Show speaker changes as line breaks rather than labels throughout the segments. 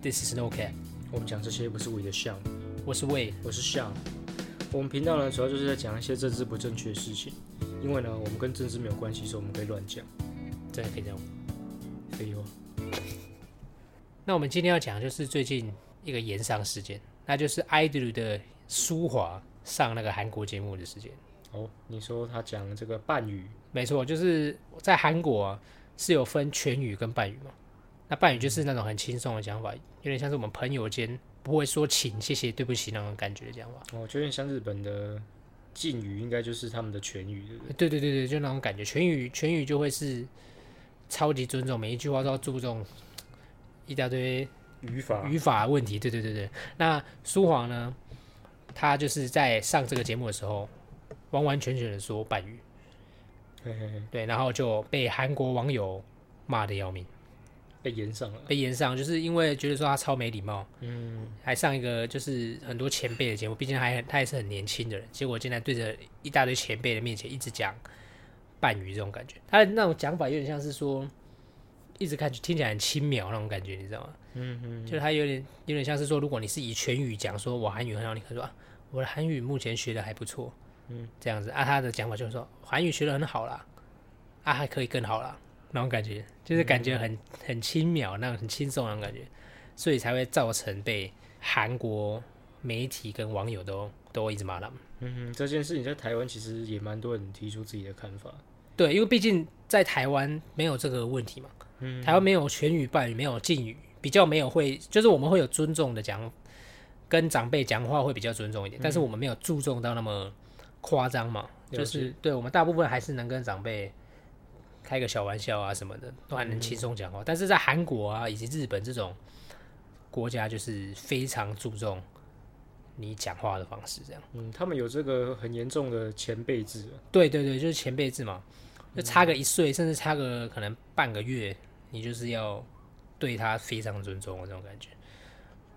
This is No Cap，
我们讲这些不是为了像，
我是魏，
我是像。我们频道呢，主要就是在讲一些政治不正确的事情，因为呢，我们跟政治没有关系，所以我们可以乱讲。
真的可以这样。
废话，
那我们今天要讲的就是最近一个延上事件，那就是 idol 的舒华上那个韩国节目的事件。
哦，你说他讲这个半语，
没错，就是在韩国、啊、是有分全语跟半语嘛。那半语就是那种很轻松的讲法，有点像是我们朋友间不会说请、谢谢、对不起那种感觉的讲法。
哦，就有点像日本的敬语，应该就是他们的全语，对不对？
对对对对，就那种感觉。全语全语就会是超级尊重，每一句话都要注重一大堆
语法，
语法问题。对对对对。那苏黄呢，他就是在上这个节目的时候，完完全全的说半语，
嘿嘿嘿，
对，然后就被韩国网友骂的要命，
被延上了。
被延上，就是因为觉得说他超没礼貌，
嗯，
还上一个就是很多前辈的节目，毕竟还他也是很年轻的人，结果竟然对着一大堆前辈的面前一直讲半语这种感觉，他的那种讲法有点像是说，一直看听起来很轻描那种感觉，你知道吗？
嗯嗯，
就是他有点有点像是说，如果你是以全语讲，说我韩语很好，你可以说啊，我的韩语目前学的还不错，
嗯，
这样子啊，他的讲法就是说韩语学的很好啦，啊还可以更好啦，那种感觉，就是感觉很、很轻描，那种很轻松那种感觉，所以才会造成被韩国媒体跟网友都都一直骂他们。
嗯哼，这件事情在台湾其实也蛮多人提出自己的看法。
对，因为毕竟在台湾没有这个问题嘛，
嗯
台湾没有全语半语，没有敬语，比较没有会，就是我们会有尊重的讲，跟长辈讲话会比较尊重一点，但是我们没有注重到那么夸张嘛，
嗯了
就是对我们大部分还是能跟长辈开个小玩笑啊什么的，都还能
嗯
轻松讲话，但是在韩国啊以及日本这种国家，就是非常注重你讲话的方式这样。
嗯，他们有这个很严重的前辈制啊，
对对对，就是前辈制嘛，就
嗯
差个一岁，甚至差个可能半个月，你就是要对他非常尊重的这种感觉。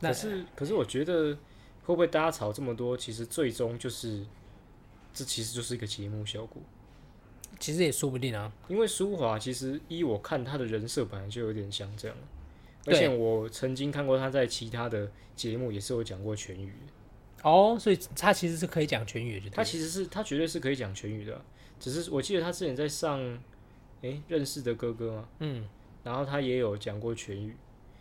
那
可是可是我觉得会不会大家吵这么多，其实最终就是这其实就是一个节目效果。
其实也说不定啊，
因为舒华其实依我看他的人设本来就有点像这样，而
对
且我曾经看过他在其他的节目也是有讲过全语，
哦，所以他其实是可以讲全语的，对
他
不对
其实是他绝对是可以讲全语的啊，只是我记得他之前在上诶、认识的哥哥嘛，
嗯，
然后他也有讲过全语，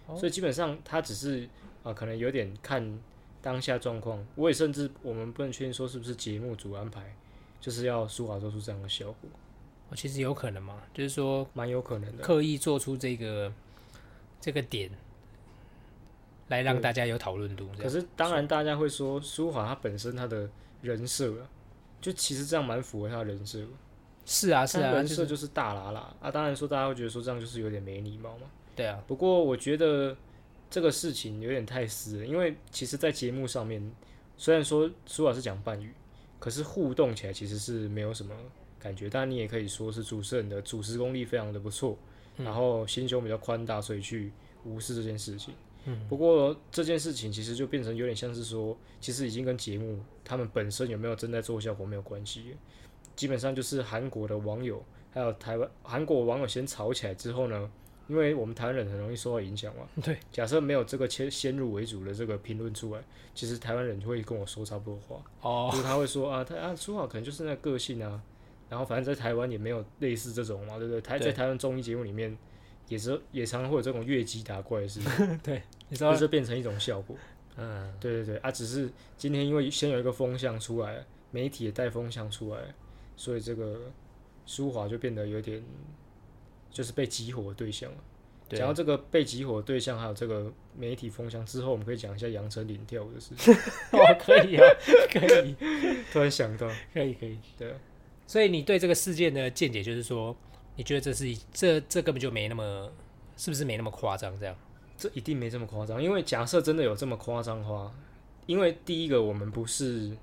哦
所以基本上他只是啊、呃可能有点看当下状况，我也甚至我们不能确定说是不是节目组安排，就是要舒华做出这样的效果，
我哦其实有可能嘛，就是说
蛮有可能的。
刻意做出这个这个点，来让
对
大家有讨论度，这
可
样
是当然，大家会说舒华他本身他的人设啊，就其实这样蛮符合他的人设的。
是啊是
他
啊，
人
就
设
是
就是大喇喇啊。当然说大家会觉得说这样就是有点没礼貌嘛。
对啊，
不过我觉得这个事情有点太私了，因为其实，在节目上面，虽然说舒华是讲半语，可是互动起来其实是没有什么感觉。当然，你也可以说是主持人的主持功力非常的不错，然后心胸比较宽大，所以去无视这件事情。
嗯，
不过这件事情其实就变成有点像是说，其实已经跟节目他们本身有没有正在做效果没有关系了，基本上就是韩国的网友还有台湾韩国网友先吵起来之后呢，因为我们台湾人很容易受到影响嘛，
对，
假设没有这个先先入为主的这个评论出来，其实台湾人就会跟我说差不多话，
哦，
就是他会说啊，他啊说好可能就是那个个性啊，然后反正在台湾也没有类似这种嘛，对不对？台
对
在台湾综艺节目里面也是也常常会有这种越级打怪的事情，
你知道
就，是变成一种效果。
嗯，
对对对啊，只是今天因为先有一个风向出来，媒体也带风向出来，所以这个舒华就变得有点就是被激活的对象了。
对啊
讲到这个被激活的对象，还有这个媒体风向之后，我们可以讲一下杨丞琳跳舞的事情。
哦，可以啊，可以，
突然想到，
可以，可以。
对啊，
所以你对这个事件的见解就是说，你觉得这是一这这根本就没那么，是不是没那么夸张？这样
这一定没这么夸张，因为假设真的有这么夸张的话，因为第一个我们不是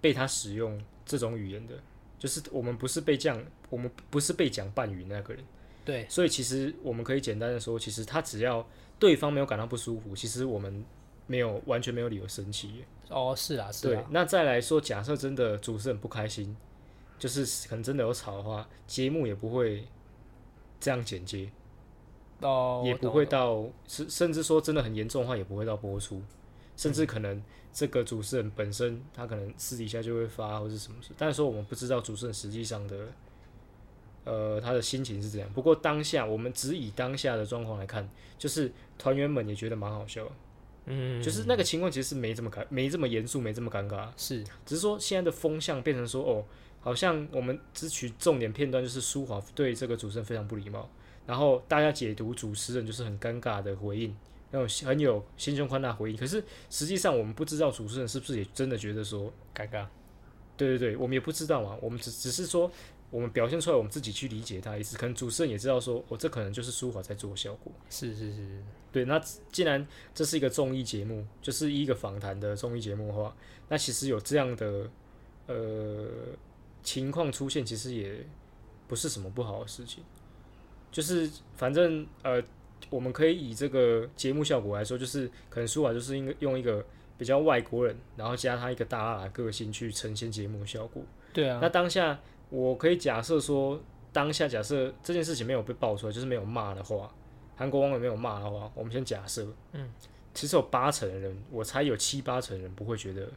被他使用这种语言的，就是我们不是被这样，我们不是被讲半语那个人。
对，
所以其实我们可以简单的说，其实他只要对方没有感到不舒服，其实我们没有完全没有理由生气。
哦，是啊，是
对
啊，，
那再来说，假设真的主持人不开心，就是可能真的有吵的话，节目也不会这样剪接。
哦，
也
我
不
懂
会到，甚甚至说真的很严重的话，也不会到播出，
嗯
甚至可能这个主持人本身他可能私底下就会发或是什么事，但是说我们不知道主持人实际上的，呃，他的心情是怎样。不过当下我们只以当下的状况来看，就是团员们也觉得蛮好笑的，
嗯，
就是那个情况其实没这么尴，没这么严肃，没这么尴尬，
是
只是说现在的风向变成说，哦，好像我们只取重点片段，就是舒华对这个主持人非常不礼貌，然后大家解读主持人就是很尴尬的回应，那种很有心胸宽大的回应。可是实际上我们不知道主持人是不是也真的觉得说，
尴尬，
对对对，我们也不知道嘛，啊我们只只是说我们表现出来，我们自己去理解他的意思。可能主持人也知道说，哦，这可能就是舒华在做效果。
是是是，
对，那既然这是一个综艺节目，就是一个访谈的综艺节目的话，那其实有这样的呃情况出现，其实也不是什么不好的事情。就是反正呃，我们可以以这个节目效果来说，就是可能舒瓦就是应该用一个比较外国人，然后加他一个大拉拉个性去呈现节目效果。
对啊，
那当下我可以假设说，当下假设这件事情没有被爆出来，就是没有骂的话，韩国网友没有骂的话，我们先假设，嗯，其实有八成的人，我猜有七八成人不会觉得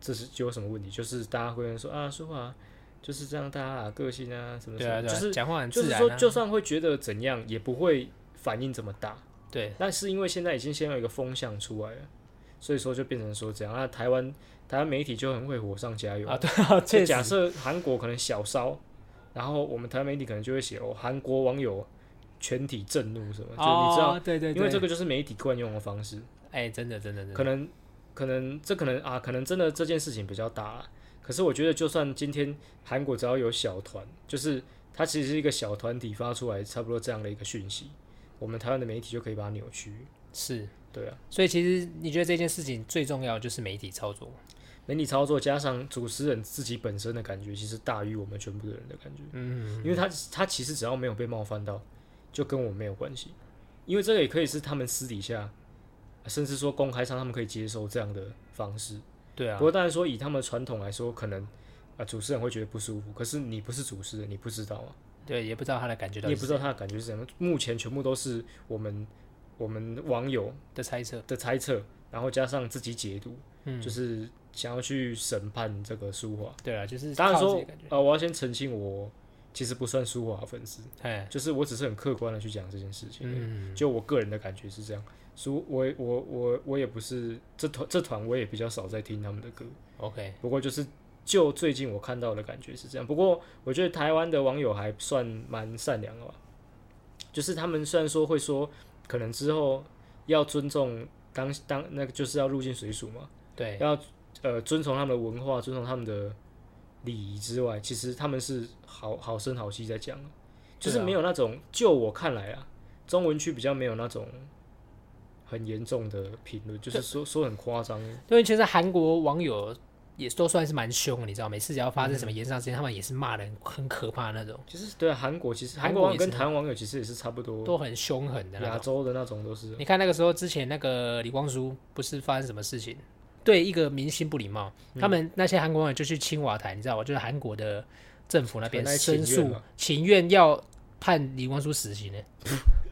这是有什么问题，就是大家会跟说啊，说话就是这样，大家啊个性啊什么什
对啊
么，
对
就
啊，
是
讲话很
就
自
是
然
说，
啊，
就算会觉得怎样，也不会反应这么大。
对
但是因为现在已经先有一个风向出来了，所以说就变成说这样。那台湾台湾媒体就很会火上加油
啊，对啊，
就
这
假设韩国可能小烧，然后我们台湾媒体可能就会写哦，韩国网友全体震怒什么，就你知道，
哦，对对，
因为这
个，
个就是媒体惯用的方式，
哎，真的真的真的，
可能可能这可能啊，可能真的这件事情比较大啦。可是我觉得，就算今天韩国只要有小团，就是它其实是一个小团体发出来差不多这样的一个讯息，我们台湾的媒体就可以把它扭曲。
是，
对啊，
所以其实你觉得这件事情最重要的就是媒体操作，
媒体操作加上主持人自己本身的感觉，其实大于我们全部的人的感觉。
嗯，
因为他他其实只要没有被冒犯到，就跟我没有关系，因为这个也可以是他们私底下，甚至说公开上他们可以接受这样的方式。
对啊
不，过当然说以他们的传统来说，可能啊、呃主持人会觉得不舒服，可是你不是主持人，你不知道啊，
对，也不知道他的感觉到
你
底
也
是
不知道他的感觉是什么。目前全部都是我们我们网友
的猜测，
的猜测，然后加上自己解读，就是想要去审判这个舒华。
对啊，就是
当然
靠自
说
己的感觉，
呃，我要先澄清我，其实不算舒华的粉丝。
哎，
就是我只是很客观的去讲这件事情而已，
嗯，
就我个人的感觉是这样。所以我我我我也不是这团这团我也比较少在听他们的歌，
OK，
不过就是就最近我看到的感觉是这样。不过我觉得台湾的网友还算蛮善良的吧，就是他们虽然说会说可能之后要尊重当当那个就是要入境水属嘛，
对，
要呃遵从他们的文化，遵从他们的礼仪之外，其实他们是好好声好气在讲，就是
对啊
没有那种，就我看来啊，中文区比较没有那种很严重的评论，就是说说很夸张，
因为其实韩国网友也都算是蛮凶的，你知道，每次只要发生什
嗯
么言上事件，他们也是骂的很可怕的那种，
其实对啊韩国其实
韩
韩
国
国网友
也是
跟台湾网友其实也是差不多，
都很凶狠的那
亚
种。
洲的那种都是
你看那个时候之前那个李光洙不是发生什么事情，对一个明星不礼貌，
嗯
他们那些韩国网友就去青瓦台，你知道吗？就是韩国的政府那边
很爱
申
请愿啊
诉
嘛，
请愿要判李光洙死刑呢、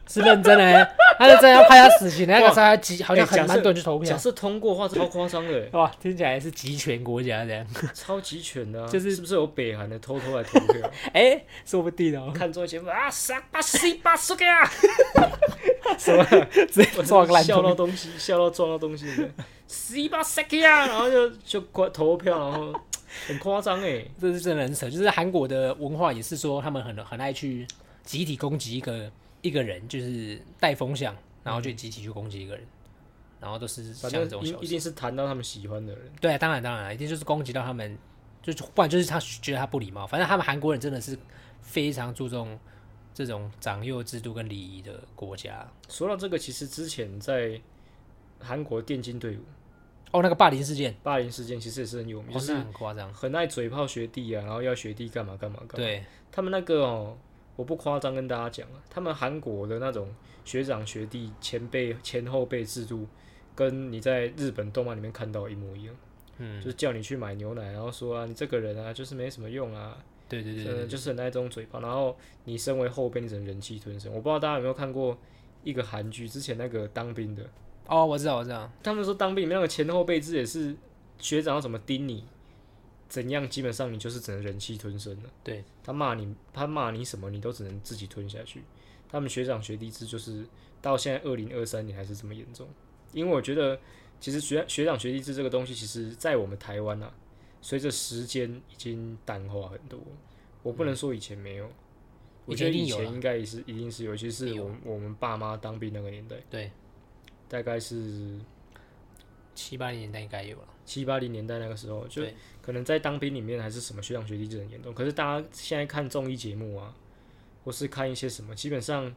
是认真的、欸，他是真的要判他死刑的、那个时候还几好像
哎
很
假设
蛮多人去投
假
票，，
设通过的话超夸张的欸
哇，听起来是集权国家这样，
超级犬的、啊，
就是
是不是有北韩的偷偷来投票，
哎、说不定哦、
看综艺节目啊，傻巴西巴苏给啊。
直接撞烂
笑
头
到东西，笑到撞到东西，十八 s e c 啊，然后就就关投票，然后很夸张哎，
这是真的很扯，就是韩国的文化也是说他们很很爱去集体攻击一个一个人，就是带风向，然后就集体去攻击一个人，然后都是像
嗯反
这
正
种
一
小
一
事。
定是谈到他们喜欢的人，
对，啊当然当然，一定就是攻击到他们，就是不然就是他觉得他不礼貌。反正他们韩国人真的是非常注重这种长幼制度跟礼仪的国家。
说到这个，其实之前在韩国电竞队伍
哦，那个霸凌事件，
霸凌事件，其实也是很有名，
哦，
就是
那很夸张。
很爱嘴炮学弟啊，然后要学弟干嘛干嘛干嘛。
对，
他们那个哦，我不夸张跟大家讲啊，他们韩国的那种学长学弟前辈前后辈制度，跟你在日本动漫里面看到一模一样。
嗯，
就是叫你去买牛奶，然后说啊，你这个人啊，就是没什么用啊，
对对对对
呃，就是很爱张嘴巴。然后你身为后辈，你只能忍气吞声。我不知道大家有没有看过一个韩剧，之前那个当兵的，
哦，我知道我知道，
他们说当兵里面那个前后辈制也是学长要怎么盯你，怎样，基本上你就是只能忍气吞声了。
对，
他骂你，他骂你什么，你都只能自己吞下去。他们学长学弟制就是到现在二零二三年还是这么严重，因为我觉得其实学学长学弟制这个东西，其实在我们台湾啊，随着时间已经淡化很多。我不能说以前没有，
嗯
我
以
觉
前
得
一定
以
有
前
啦
应该也是一定是有，尤其
一
是
定有
我们我们爸妈当兵那个年代，
对，
大概是
七八零年代应该有了，
七八零年代那个时候，就
对
可能在当兵里面还是什么学长学弟制很严重。可是大家现在看综艺节目啊，或是看一些什么，基本上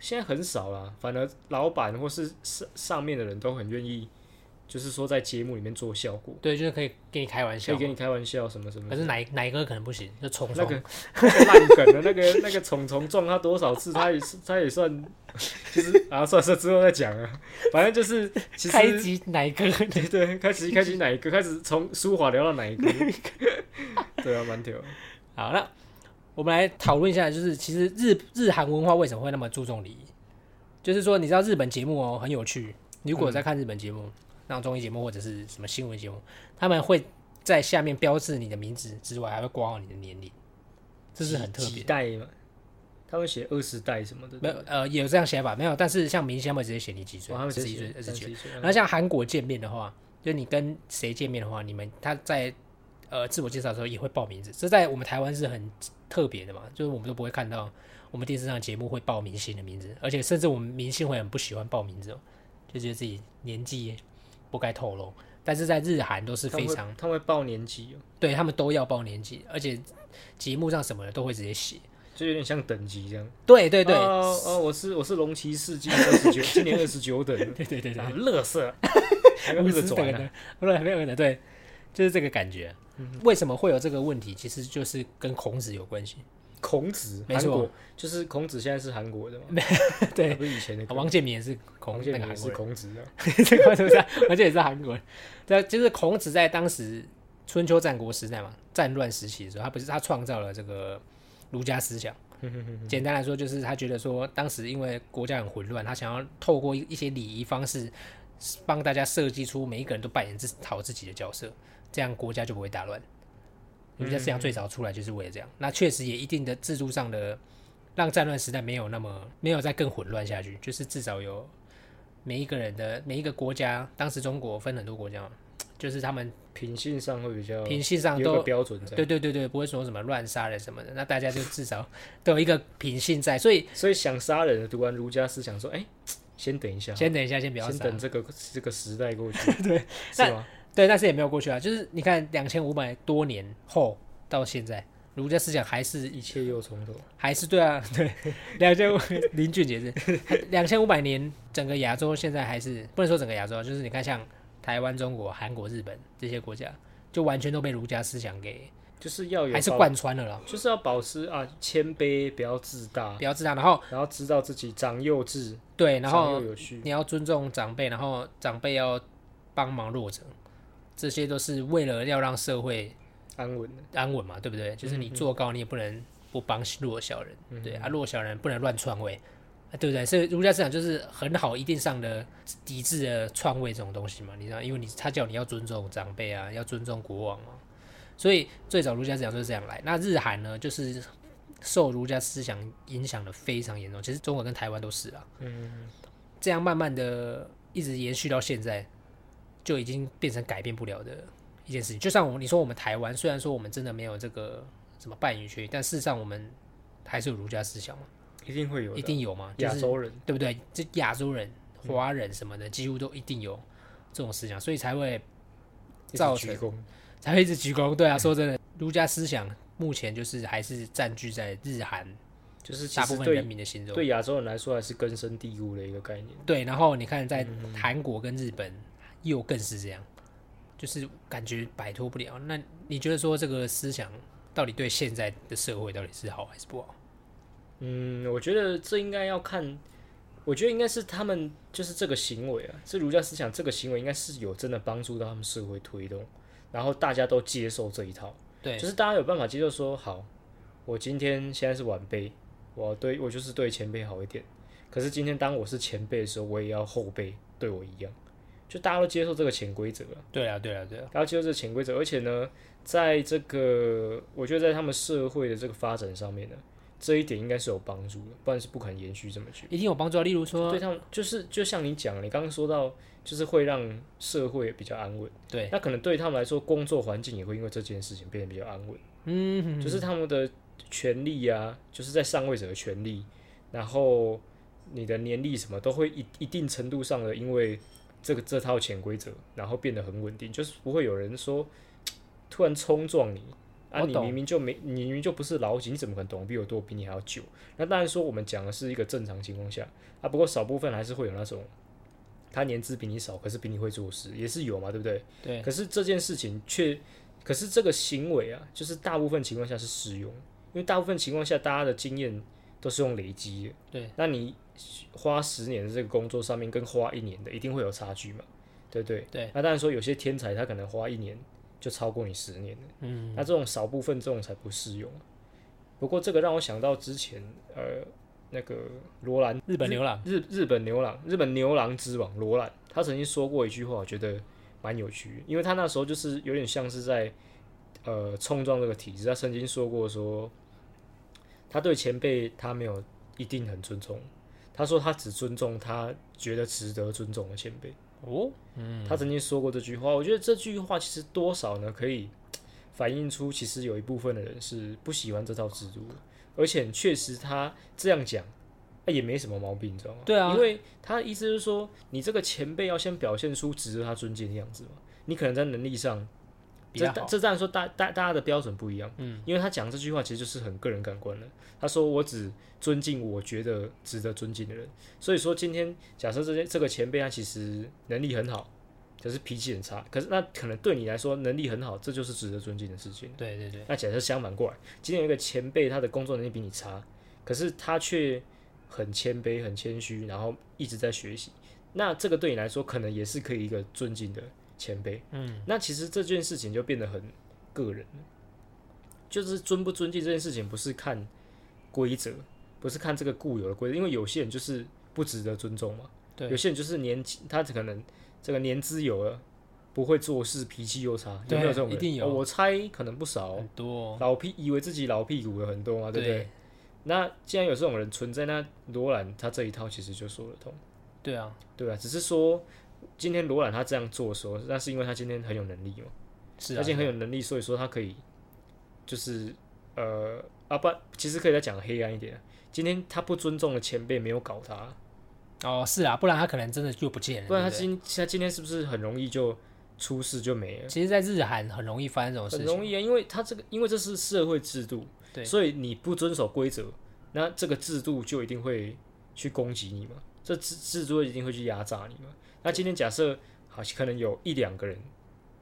现在很少啦。反而老板或是上上面的人都很愿意，就是说在节目里面做效果，
对，就是可以跟你开玩
可
笑
以，跟你开玩笑什么什么
可。是哪一哪一个可能不行，就冲
那
冲，
个 那个烂梗的那个 那个虫虫撞他多少次，他也是他也算， 就是啊，算了算了，之后再讲啊。反正就是其实
开机哪一个？
对对，开始开始哪一个？开始从舒华聊到哪一个？对啊，蛮屌的。
好，那我们来讨论一下，就是其实日日韩文化为什么会那么注重礼仪？就是说，你知道日本节目哦很有趣，如
嗯
果有在看日本节目，那种综艺节目或者是什么新闻节目，他们会在下面标志你的名字之外，还会挂号你的年龄，这是很特
几
别。
代嘛？他会写二十代什么的，
没有呃，也有这样写法，没有，但是像明星他们直接写你几岁
哦哇，他，们
十
写
一岁、二十
三
九。
十一岁。
然后像韩国见面的话，就你跟谁见面的话，你们他在呃自我介绍的时候也会报名字，这在我们台湾是很特别的嘛，就是我们都不会看到我们电视上的节目会报明星的名字，而且甚至我们明星会很不喜欢报名字、哦，就觉得自己年纪不该透露。但是在日韩都是非常
他们会他哦们会报年纪哦，
对他们都要报年纪，而且节目上什么的都会直接写。
就有点像等级这样。
对对对，
哦哦，我是我是龙骑士，今年二十九，今年二十九等。
对对对对
啊，乐色， 还有
五
二
十
十
等
转啊
的，不是没有的，对，就是这个感觉。
嗯
为什么会有这个问题？其实就是跟孔子有关系。
孔子，
没
韩
错
国就是孔子，现在是韩国的嘛？
对
他不是以前的
王建民也是孔
王
那
建
个
民
韩国
也是
人，
孔子啊。
这个是不是啊？而且也是韩国人。对啊，就是孔子在当时春秋战国时代嘛，战乱时期的时候，他不是他创造了这个儒家思想。简单来说，就是他觉得说，当时因为国家很混乱，他想要透过一一些礼仪方式，帮大家设计出每一个人都扮演自好自己的角色，这样国家就不会大乱。儒家思想最早出来就是为了这样。那确实也一定的制度上的，让战乱时代没有那么没有再更混乱下去，就是至少有每一个人的每一个国家，当时中国分很多国家嘛，就是他们
品性上会比较
品性上
有一
都
个标准在，
对对对对，不会说什么乱杀人什么的，那大家就至少都有一个品性在，所以
所以想杀人的读完儒家思想说，哎、先等一下，
先等一下，先不要
先
杀。
等这个这个时代 过去，对，是吗？
对，但是也没有过去啊，就是你看两千五百多年后到现在，儒家思想还是
一切又从头，
还是对啊， 对，两千五林俊杰是两千五百年，整个亚洲现在还是不能说整个亚洲，啊就是你看像台湾、中国、韩国、日本这些国家，就完全都被儒家思想给
就是哦要有
还是
保，
贯穿了啦，
就是要保持啊谦卑，不要自大
不，要自大，然后
然后知道自己长幼稚，
对，然
长
后
幼有序，
你要尊重长辈，然后长辈要帮忙弱者，这些都是为了要让社会
安稳的，
安稳嘛，对不对？就是
嗯
你做高，你也不能不帮弱小人，对啊，弱小人不能乱篡位，啊对不对？所以儒家思想就是很好一定上的抵制的篡位这种东西嘛，你知道，因为你他叫你要尊重长辈啊，要尊重国王啊，所以最早儒家思想就是这样来。那日韩呢，就是受儒家思想影响的非常严重，其实中国跟台湾都是啊，
嗯，
这样慢慢的一直延续到现在，就已经变成改变不了的一件事情。就像我们你说我们台湾，虽然说我们真的没有这个什么半语区，但事实上我们还是有儒家思想嘛，
一定会有
一
的，
定有嘛，就
亚
是
洲人
对不对？这亚洲人、
嗯
华人什么的，几乎都一定有这种思想，所以才会
一直
造
鞠躬，
才会一直鞠躬。对啊，说真的，儒家思想目前就是还是占据在日韩
就是其
大部
实
分人
对
民的心中。
对亚洲人来说还是根深蒂固的一个概念，
对，然后你看在
嗯
韩国跟日本又更是这样，就是感觉摆脱不了。那你觉得说这个思想到底对现在的社会到底是好还是不好？
嗯，我觉得这应该要看，我觉得应该是他们就是这个行为啊，这儒家思想这个行为应该是有真的帮助到他们社会推动，然后大家都接受这一套，
对
就是大家有办法接受说，好，我今天现在是晚辈，我对我就是对前辈好一点。可是今天当我是前辈的时候，我也要后辈对我一样，就大家都接受这个潜规则了，
对啊，对啊，对啊，
大家接受这个潜规则。而且呢，在这个我觉得在他们社会的这个发展上面呢，这一点应该是有帮助的，不然是不可能延续这么久。
一定有帮助啊。例如说，
对他们就是就像你讲的，你刚刚说到，就是会让社会比较安稳。
对，
那可能对他们来说，工作环境也会因为这件事情变得比较安稳。
嗯，
就是他们的权利啊，就是在上位者的权利，然后你的年历什么都会一一定程度上的，因为这个这套潜规则，然后变得很稳定，就是不会有人说突然冲撞你。啊，
我
你
懂
明明就没，你明明就不是老几，你怎么可能懂得比我多，比你还要久？那当然说我们讲的是一个正常情况下啊，不过少部分还是会有那种，他年资比你少，可是比你会做事，也是有嘛，对不对？
对，
可是这件事情却，可是这个行为啊，就是大部分情况下是实用，因为大部分情况下大家的经验都是用累积的。
对，
那你花十年的这个工作上面，跟花一年的一定会有差距嘛，对不对？
对。
那当然说有些天才他可能花一年就超过你十年了，
嗯，
那这种少部分这种才不适用。不过这个让我想到之前呃那个罗兰
日本牛郎，
日日本牛郎，日本牛郎之王罗兰，他曾经说过一句话，我觉得蛮有趣的，因为他那时候就是有点像是在呃冲撞这个体制，他曾经说过说，他对前辈他没有一定很尊重，他说他只尊重他觉得值得尊重的前辈。
哦，
他曾经说过这句话，我觉得这句话其实多少呢，可以反映出其实有一部分的人是不喜欢这套制度的，而且确实他这样讲，那也没什么毛病，你知道吗？
对啊
因为他的意思就是说，你这个前辈要先表现出值得他尊敬的样子嘛，你可能在能力上。
比
这
较好
这当然说大大大家的标准不一样，嗯，因为他讲这句话其实就是很个人感官了。他说我只尊敬我觉得值得尊敬的人，所以说今天假设这些这个前辈他其实能力很好，可是脾气很差，可是那可能对你来说能力很好，这就是值得尊敬的事情。
对对对，
那假设相反过来，今天有一个前辈，他的工作能力比你差，可是他却很谦卑、很谦虚，然后一直在学习，那这个对你来说可能也是可以一个尊敬的前辈。嗯，那其实这件事情就变得很个人了，就是尊不尊敬这件事情，不是看规则，不是看这个固有的规则，因为有些人就是不值得尊重嘛。
对
有些人就是年纪，他可能这个年资有了，不会做事，脾气又差，有
对
没有这种人？
一定有
哦我猜可能不少哦、
很多，
老屁以为自己老屁股有很多嘛，对不对？
对
那既然有这种人存在，那罗兰他这一套其实就说得通，
对啊，
对啊，只是说今天罗兰他这样做的时候，那是因为他今天很有能力嘛，
是
他
啊
今，天很有能力，所以说他可以就是呃啊不，其实可以再讲黑暗一点啊，今天他不尊重的前辈没有搞他，
哦，是啊，不然他可能真的就不见了，
不然他
对
今他今天是不是很容易就出事就没了
对？其实，在日韩很容易发生这种事
很
情，
容易啊，因为他这个因为这是社会制度，
哦对
所以你不遵守规则，那这个制度就一定会去攻击你嘛，这制制度一定会去压榨你嘛。那今天假设好，可能有一两个人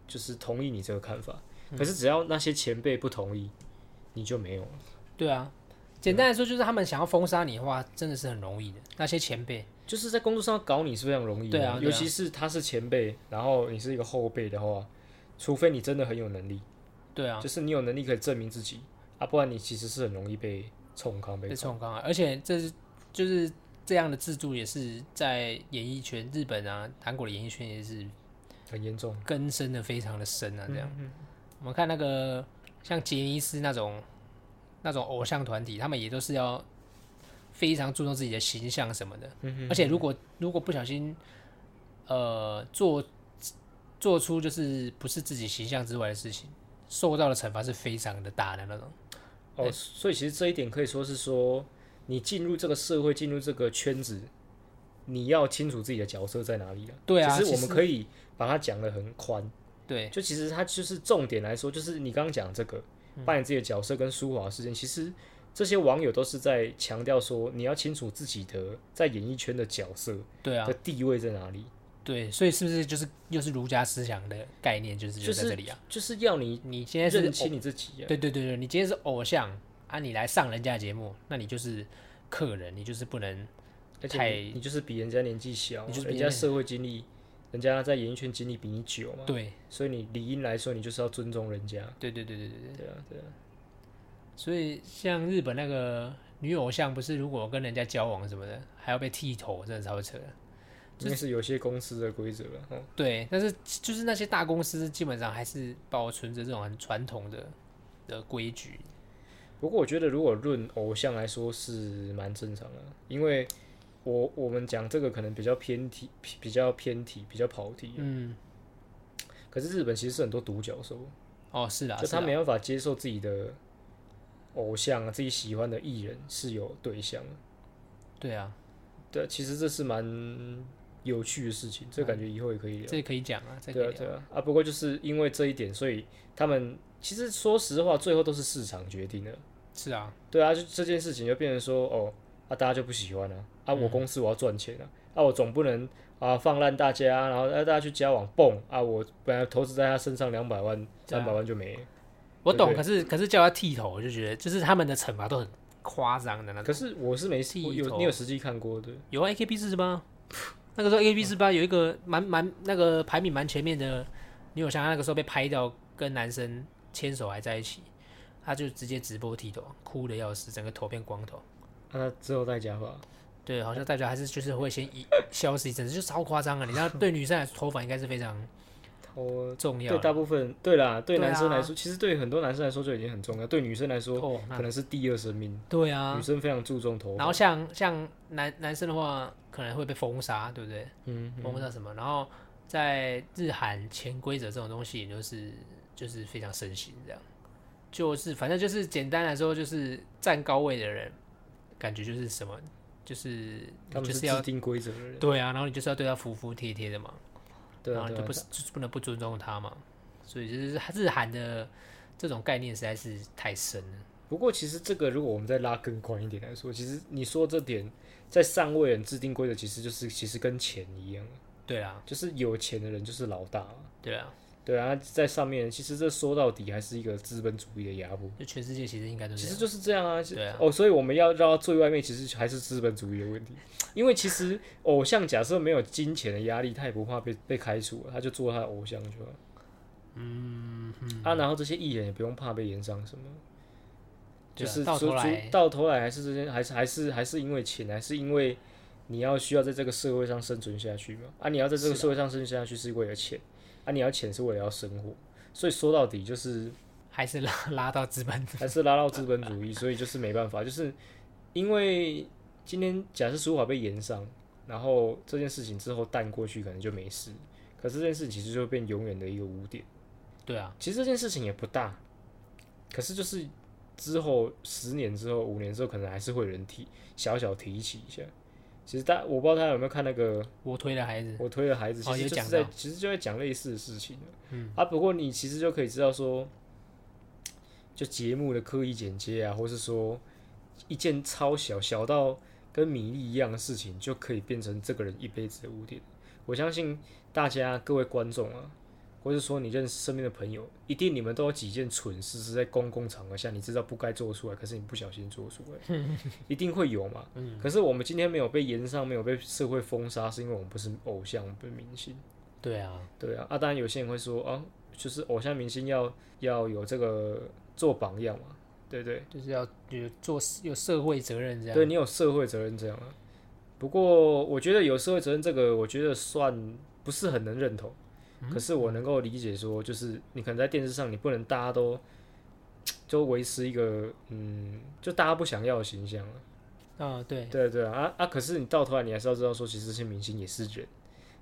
就是同意你这个看法，
嗯
可是只要那些前辈不同意，你就没有了。
对啊。简单来说，就是他们想要封杀你的话，真的是很容易的。那些前辈，
就是在工作上搞你是非常容易的，
对啊对啊
尤其是他是前辈，然后你是一个后辈的话，除非你真的很有能力，
对啊，
就是你有能力可以证明自己啊，不然你其实是很容易被冲康被
被冲刚啊，而且这是就是这样的制度，也是在演艺圈，日本啊、韩国的演艺圈也是
很严重。
根深的非常的深啊。这样，我们看那个像杰尼斯那种那种偶像团体，他们也都是要非常注重自己的形象什么的。而且如果如果不小心呃做做出就是不是自己形象之外的事情，受到的惩罚是非常的大的那种。
哦，所以其实这一点可以说是说，你进入这个社会，进入这个圈子，你要清楚自己的角色在哪里了。
对啊
只是我
其
们
实
可以把它讲得很宽。
对
就其实它就是重点来说，就是你刚刚讲这个
嗯
扮演自己的角色跟舒华的事件，其实这些网友都是在强调说，你要清楚自己的在演艺圈的角色
对啊，
的地位在哪里。
对，所以是不是就是又是儒家思想的概念，就是
就
就是在这里啊？
就是要你
你今天是
认
偶
清你自己啊。
对对对对，你今天是偶像啊，你来上人家的节目，那你就是客人，你就是不能
而且
太
你你就是比人家年纪小，啊
你就是比人
人家
家
社会经历，人人家在演艺圈经历比你久嘛，
对
所以你理应来说，你就是要尊重人家。
对对对对对对。
对啊，对啊，
所以像日本那个女偶像，不是如果跟人家交往什么的，还要被剃头，真的超扯的。
应该是有些公司的规则了。哦，
对，但是就是那些大公司基本上还是保存着这种很传统的的规矩。
不过我觉得，如果论偶像来说是蛮正常的，因为我我们讲这个可能比较偏题，比比较偏题，比较跑题。
嗯，
可是日本其实是很多独角兽，
哦，是啦，
就是
啦
他没办法接受自己的偶像啊，自己喜欢的艺人是有对象的。
对啊，
对啊，其实这是蛮有趣的事情，这感觉以后也可以聊。
这可以讲嗯啊，这可
对
以
啊，
聊。
对啊，啊，不过就是因为这一点，所以他们其实说实话，最后都是市场决定的。
是啊，
对啊，就这件事情就变成说，哦，啊，大家就不喜欢了、啊，
嗯
我公司我要赚钱啊，啊，我总不能啊放烂大家，然后让、啊、大家去交往蹦啊，我本来投资在他身上两百万、
对啊
三百万就没了。
我
对
懂，
对
可是可是叫他剃头，我就觉得就是他们的惩罚都很夸张的那
可
种。
是我是没
剃
我有
头
你有实际看过的，
有啊，AKB 四十八，那个时候 AKB 四十
嗯
八有一个蛮蛮那个排名蛮前面的女友，像她那个时候被拍到跟男生牵手还在一起，她就直接直播剃头，哭的要死，整个头变光头。
啊，之后戴假发，
对，好像代表还是就是会先一消失一阵子，就超夸张啊！你知道，对女生来说头发应该是非常
我
重要
对大部分对啦，对
对
男生
啊
来说，其实对很多男生来说就已经很重要，对女生来说
哦，
可能是第二生命，
对啊
女。生非常注重头发。
然后像像男男生的话，可能会被封杀，对不对？
嗯，
封杀什么？然后在日韩潜规则这种东西，也就是就是非常盛行，这样就是反正就是简单来说，就是站高位的人，感觉就是什么，就是
他
你
们
就是是要
制定规则的人，
对啊，然后你就是要对他服服帖帖的嘛。
对
然
啊，
后
对
就
啊
不是就是不能不尊重他嘛。所以就是日韩的这种概念实在是太深了。
不过，其实这个如果我们再拉更宽一点来说，其实你说这点，在上位人制定规则，其实就是其实跟钱一样，啊
对啦，
就是有钱的人就是老大嘛。
对啦，
对啊，在上面，其实这说到底还是一个资本主义的压迫，
就全世界其实应该都
其
是这
实
样。
就是这样啊。
对啊
哦，所以我们要绕到最外面，其实还是资本主义的问题。因为其实偶像假设没有金钱的压力，他也不怕被被开除了，他就做他的偶像就好。嗯，啊，然后这些艺人也不用怕被延上什么，就
对啊
是
到
说
头
说
来，
到头来还是这些，还是还是还是因为钱，还是因为你要需要在这个社会上生存下去嘛？啊，你要在这个社会上生存下去是为了钱，啊，你要钱是为了要生活，所以说到底就是
还是拉拉到资 本。
还是拉到资本主义，所以就是没办法， 就是因为今天假设苏法被延上，然后这件事情之后淡过去，可能就没事。可是这件事情其实就变永远的一个污点。
对啊，
其实这件事情也不大，可是就是之后十年之后、五年之后，可能还是会有人提小小提起一下。其实大我不知道大家有没有看那个
我推的孩子，
我推的孩子，其
哦
实
有
就
讲
是在、
到
其实就在讲类似的事情。嗯啊，不过你其实就可以知道说，就节目的刻意剪接啊，或是说一件超小小到跟米粒一样的事情，就可以变成这个人一辈子的污点。我相信大家各位观众啊，或是说你认识身边的朋友，一定你们都有几件蠢事是在公共场合下你知道不该做出来，可是你不小心做出来， 一定会有嘛。
嗯
可是我们今天没有被延上，没有被社会封杀，是因为我们不是偶像，我们不是明星。
对啊，
对啊，啊，当然有些人会说啊，就是偶像明星要要有这个做榜样嘛，对不对？
就是要有做有社会责任这样。
对你有社会责任这样啊。不过我觉得有社会责任这个，我觉得算不是很能认同。
嗯
可是我能够理解说，就是你可能在电视上，你不能大家都就维持一个嗯，就大家不想要的形象啊。
啊，对，
对对啊啊啊！可是你到头来，你还是要知道说，其实这些明星也是人，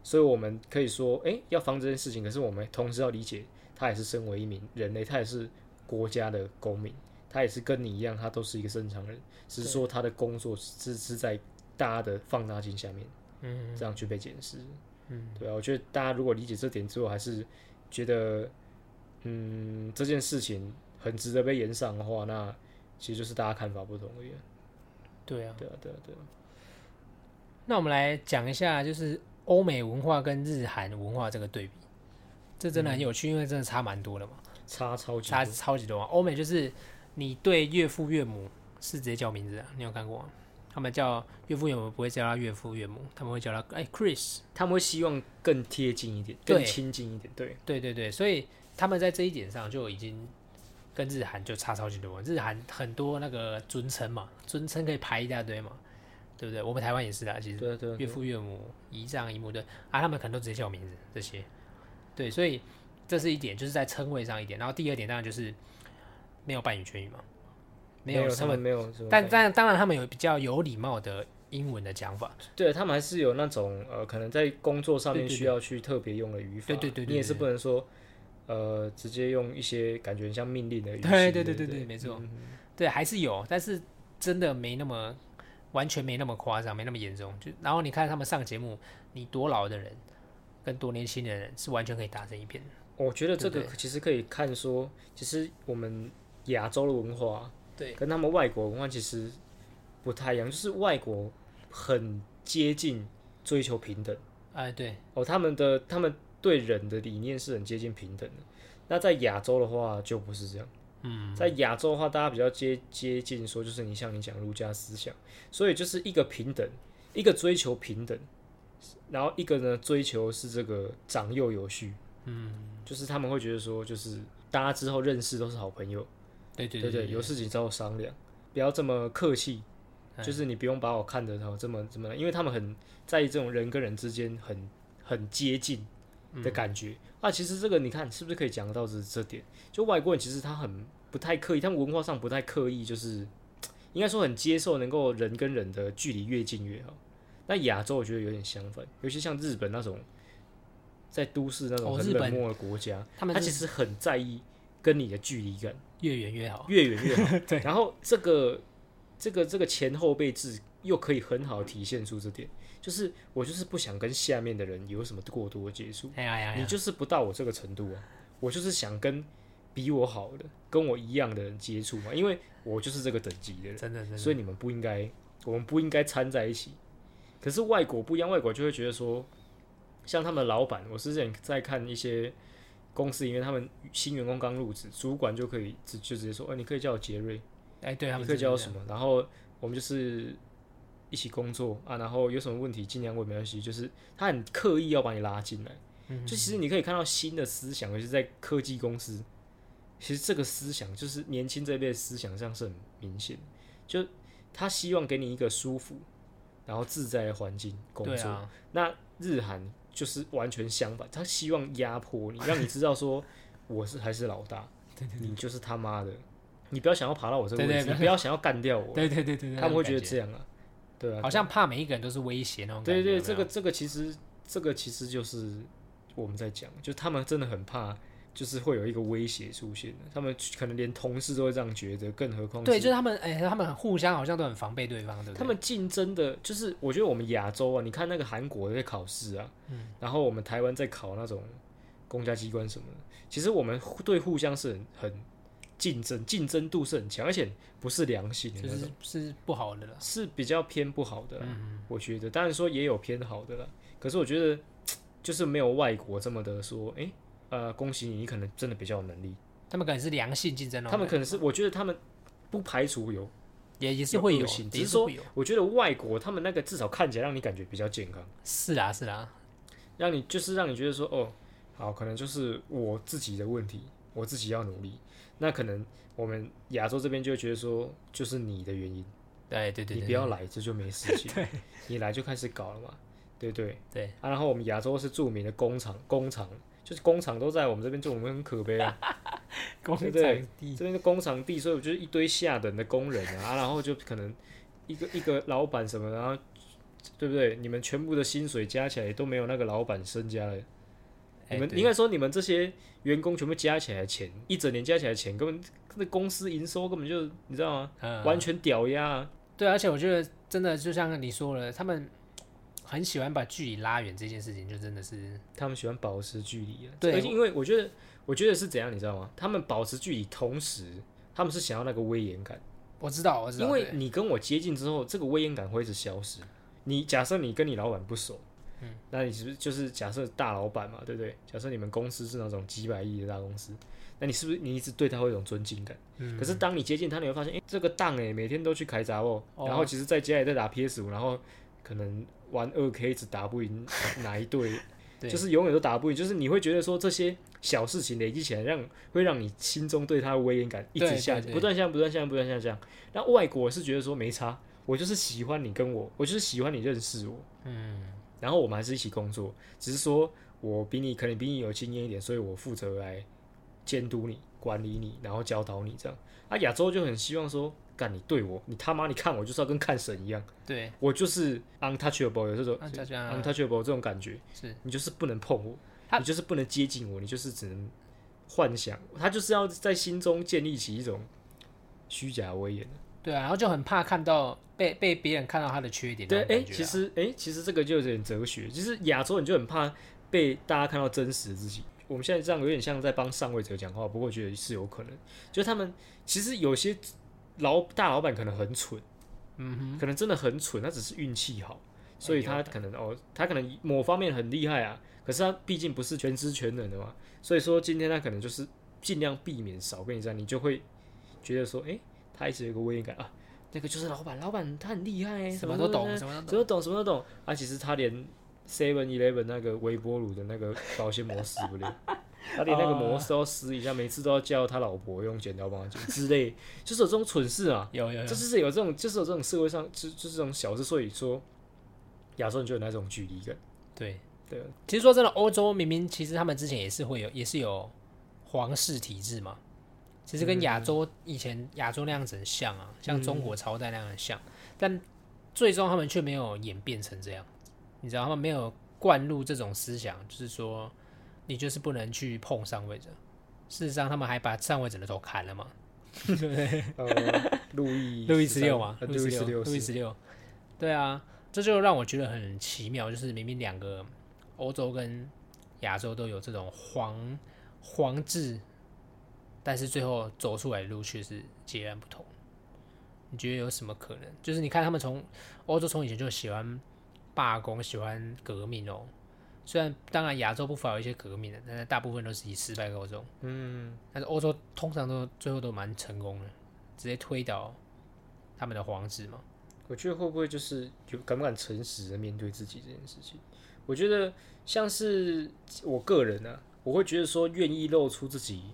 所以我们可以说，诶，要防这件事情。可是我们同时要理解，他也是身为一名人类，他也是国家的公民，他也是跟你一样，他都是一个正常人，只是说他的工作是是在大家的放大镜下面，
嗯，
这样去被检视。嗯，对啊，我觉得大家如果理解这点之后，还是觉得，嗯，这件事情很值得被延上的话，那其实就是大家看法不同而已啊。
对啊。
对啊，对啊，对啊。
那我们来讲一下，就是欧美文化跟日韩文化这个对比，这真的很有趣，因为真的差蛮多的嘛。
差嗯超级
差
多
超级多啊！欧美就是你对岳父岳母是直接叫名字啊，你有看过吗？他们叫岳父岳母不会叫他岳父岳母，他们会叫他哎 Chris。
他们会希望更贴近一点，
对
更亲近一点，对，
对对对，所以他们在这一点上就已经跟日韩就差超级多。日韩很多那个尊称嘛，尊称可以排一大堆嘛，对不对？我们台湾也是啦，其实
对啊对啊
岳父岳母、姨丈姨母对啊，他们可能都直接叫我名字这些。对，所以这是一点，就是在称谓上一点。然后第二点当然就是没有半语全语嘛，没有
有
什
他
么，
们没有什么
但
感觉，
但当然他们有比较有礼貌的英文的讲法，
对他们还是有那种呃，可能在工作上
对
面
对对
需要去特别用的语法，
对对对对
你也是不能说呃直接用一些感觉很像命令的语气，
对对
对嗯
对对
不
对，没错，对，还是有，但是真的没那么完全没那么夸张，没那么严重。就然后你看他们上节目，你多老的人跟多年轻的人是完全可以打成一片的。
我觉得这
对
个
不
其实可以看说，其实我们亚洲的文化
对
跟他们外国文化其实不太一样，就是外国很接近追求平等。
哎、对，
哦，他们的他们对人的理念是很接近平等的。那在亚洲的话就不是这样，嗯，在亚洲的话，大家比较接接近说，就是你像你讲儒家思想，所以就是一个平等，一个追求平等，然后一个呢追求是这个长幼有序，嗯，就是他们会觉得说，就是大家之后认识都是好朋友，
对对
对
对，
有事情找我商量，不要这么客气，
哎
就是你不用把我看得到这么这么，因为他们很在意这种人跟人之间很很接近的
嗯
感觉、啊。其实这个你看是不是可以讲到这这点？就外国人其实他很不太刻意，他们文化上不太刻意，就是应该说很接受能够人跟人的距离越近越好。那亚洲我觉得有点相反，尤其像日本那种在都市那种
哦
很
日
冷
本
漠的国家，
他们
他
是
其实很在意跟你的距离感。
越远越好。
越远 越好。对，然后这个这个这个前后辈制又可以很好地体现出这点，就是我就是不想跟下面的人有什么过多的接触，
哎呀呀
你
呀，
就是不到我这个程度啊，我就是想跟比我好的、跟我一样的人接触嘛，因为我就是这个等级的人，
真的真的，
所以你们不应该，我们不应该掺在一起。可是外国不一样，外国就会觉得说，像他们的老板，我之前在看一些公司里面，他们新员工刚入职，主管就可以直就直接说，哎、你可以叫我杰瑞，
哎、对他
你
们
可以叫我
真
什
的
么，然后我们就是一起工作啊，然后有什么问题尽量问，没关系，就是他很刻意要把你拉进来。
嗯
就其实你可以看到新的思想，尤其是在科技公司，其实这个思想就是年轻这一辈的思想上是很明显的，就他希望给你一个舒服，然后自在的环境工
对
作。
啊，
那日韩就是完全相反，他希望压迫你，让你知道说我是还是老 大，你就是他妈的，你不要想要爬到我这个
对
位
对
置，你不要想要干掉我，
对对对对对，
他们会觉
那
得
种
这样啊，对啊
感觉，好像怕每一个人都是威胁那种感
对
觉。
对，
有没有
这个这个其实这个其实就是我们在讲，就他们真的很怕，就是会有一个威胁出现的，他们可能连同事都会这样觉得，更何况
对，
是
就是他们哎、他们互相好像都很防备对方，对不对？
他们竞争的，就是我觉得我们亚洲啊，你看那个韩国在考试啊，
嗯
然后我们台湾在考那种公家机关什么的，其实我们互对互相是很很竞争，竞争度是很强，而且不是良性的那
就
种。
是是不好的了。
是比较偏不好的啦，我觉得。当然说也有偏好的啦，可是我觉得就是没有外国这么的说，诶，呃，恭喜你，你可能真的比较有能力。
他们可能是良性竞争哦，
他们可能是，我觉得他们不排除有，
也也是会
有
有，
恶性只
也
是
是
说
会有。
我觉得外国他们那个至少看起来让你感觉比较健康，
是啊是啊，
让你就是让你觉得说，哦，好，可能就是我自己的问题，我自己要努力。那可能我们亚洲这边就会觉得说，就是你的原因。
对对对
你
对
不要来，这就没事 情。你来就开始搞了嘛，对不对？
对
啊，然后我们亚洲是著名的工厂，工厂就是工厂都在我们这边做，我们很可 悲啊。
工
对不
厂
对
地，
这边的工厂地，所以我就是一堆下等的工人啊，啊然后就可能一个一个老板什么，然后对不对？你们全部的薪水加起来都没有那个老板身家了。
哎
你们
对
应该说，你们这些员工全部加起来的钱，一整年加起来的钱，根本那公司营收根本就你知道吗？
嗯，
完全屌压啊！
对，而且我觉得真的就像你说了，他们很喜欢把距离拉远这件事情，就真的是
他们喜欢保持距离啊。
对
而且因为我觉得，我觉得是怎样，你知道吗？他们保持距离，同时他们是想要那个威严感，
我知道我知道，
因为
对
你跟我接近之后，这个威严感会一直消失。你假设你跟你老板不熟，嗯，那你是不是就是假设大老板嘛，对不对？假设你们公司是那种几百亿的大公司，那你是不是你一直对他会有一种尊敬感？嗯、可是当你接近他，你会发现，哎、这个档哎，每天都去开杂哦，
哦
然后其实在家也在打 PS 五，然后可能玩二 K 一直打不赢哪一队，
对
就是永远都打不赢，就是你会觉得说这些小事情累积起来让，会让你心中对他的威严感一直
对
下
对
降，
对
不断下降，不断下降，不断下降。那外国是觉得说没差，我就是喜欢你跟我，我就是喜欢你认识我，
嗯，
然后我们还是一起工作，只是说我比你可能比你有经验一点，所以我负责来监督你、管理你，然后教导你这样。啊，亚洲就很希望说，干你对我，你他妈你看我就是要跟看神一样，
对，
我就是 untouchable 有这种
那大家
untouchable 哦这种感觉，
是
你就是不能碰我，
他
你就是不能接近我，你就是只能幻想，他就是要在心中建立起一种虚假威严。
对啊，然后就很怕看到被被别人看到他的缺点那
对，
种
哎、
感觉啊。
其实哎、其实这个就有点哲学，就是亚洲人就很怕被大家看到真实的自己。我们现在这样有点像在帮上位者讲话，不过我觉得是有可能，就是他们其实有些老大老板可能很蠢，嗯哼，可能真的很蠢，他只是运气好，所以
哎
他
有
可能哦，他可能某方面很厉害啊，可是他毕竟不是全知全能的嘛，所以说今天他可能就是尽量避免少跟你这样，你就会觉得说，哎、他一直有一个威严感啊，那个就是老板，老板他很厉害、欸，
什么都懂，
的
什么 都
什么都懂，什么都懂。啊，其实他连 Seven Eleven 那个微波炉的那个保鲜膜撕 不了，他连那个膜都要撕一下，每次都要叫他老婆用剪刀帮他剪之类，就是有这种蠢事啊。
有有有
这，就是有这种，就是有这种社会上，就就是这种小事，所以说亚洲人就有那种距离感。
对
对。
其实说真的，欧洲明明其实他们之前也是会有，也是有皇室体制嘛，其实跟亚洲以前亚洲那样子很像啊，像中国朝代那样很像，但最终他们却没有演变成这样，你知道他们没有灌入这种思想，就是说你就是不能去碰上位者。事实上，他们还把上位者的头砍了嘛，
呃，路易
路易十六嘛，
呃
哦路
路
易十
易十
六，
六
路易
是
十六，对啊，这就让我觉得很奇妙，就是明明两个欧洲跟亚洲都有这种皇皇制，但是最后走出来的路却是截然不同。你觉得有什么可能？就是你看他们从欧洲从以前就喜欢罢工，喜欢革命哦。虽然当然亚洲不乏有一些革命的，但是大部分都是以失败告终。嗯，但是欧洲通常都最后都蛮成功的，直接推倒他们的皇室嘛。
我觉得会不会就是有敢不敢诚实的面对自己这件事情？我觉得像是我个人呢、啊，我会觉得说，愿意露出自己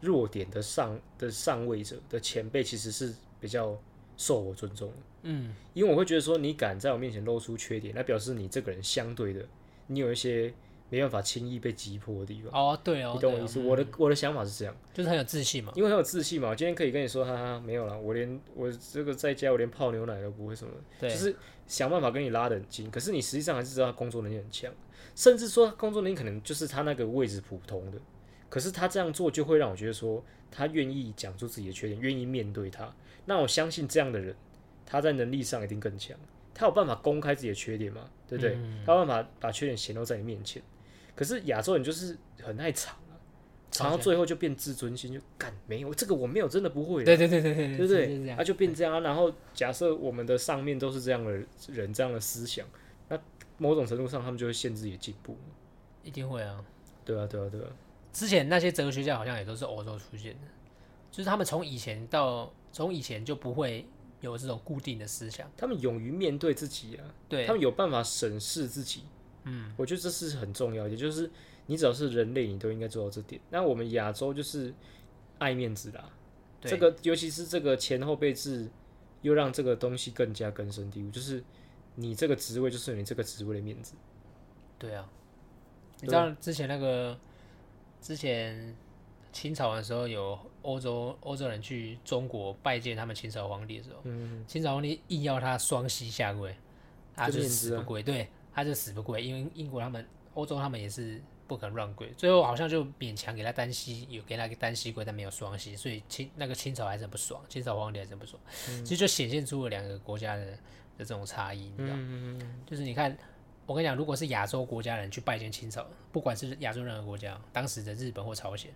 弱点的上的上位者的前辈，其实是比较受我尊重的。嗯，因为我会觉得说，你敢在我面前露出缺点，那表示你这个人相对的，你有一些没办法轻易被击破的地方。
哦，对哦，
你懂
对
我
哦
意思？我的我的想法是这样。
就是很有自信嘛。
因为很有自信嘛。我今天可以跟你说，哈哈，没有啦，我连我这个在家我连泡牛奶都不会什么的，
对
就是想办法跟你拉得很近。可是你实际上还是知道他工作能力很强，甚至说他工作能力可能就是他那个位置普通的，可是他这样做就会让我觉得说他愿意讲出自己的缺点，愿意面对他。那我相信这样的人，他在能力上一定更强。他有办法公开自己的缺点嘛？对不对？他有办法把缺点显露在你面前。可是亚洲人就是很爱藏啊，藏到最后就变自尊心，就干没有这个我没有，真的不会啦，
对对对对对
对不
就是这
对？
样
啊，就变这样啊。然后假设我们的上面都是这样的人，这样的思想，那某种程度上他们就会限制你的进步。
一定会啊。
对啊，对啊，对啊，
之前那些哲学家好像也都是欧洲出现的，就是他们从以前到从以前就不会有这种固定的思想。
他们勇于面对自己啊，
对
他，们有办法审视自己。嗯，我觉得这是很重要的，也就是你只要是人类，你都应该做到这点。那我们亚洲就是爱面子啦，
对
这个尤其是这个前后辈制，又让这个东西更加根深蒂固。就是你这个职位，就是有你这个职位的面子。
对啊，你知道之前那个之前清朝的时候，有欧洲欧洲人去中国拜见他们清朝皇帝的时候，
嗯，
清朝皇帝硬要他双膝下跪，他就
面
死
子啊
不跪，对，他就死不跪，因为英国他们欧洲他们也是不肯乱跪，最后好像就勉强给他单膝，有给他一个单膝跪，但没有双膝，所以清那个清朝还是很不爽，清朝皇帝还是很不爽，
嗯
其实就显现出了两个国家的的这种差异，你知道吗？就是你看，我跟你讲，如果是亚洲国家人去拜见清朝，不管是亚洲任何国家，当时的日本或朝鲜，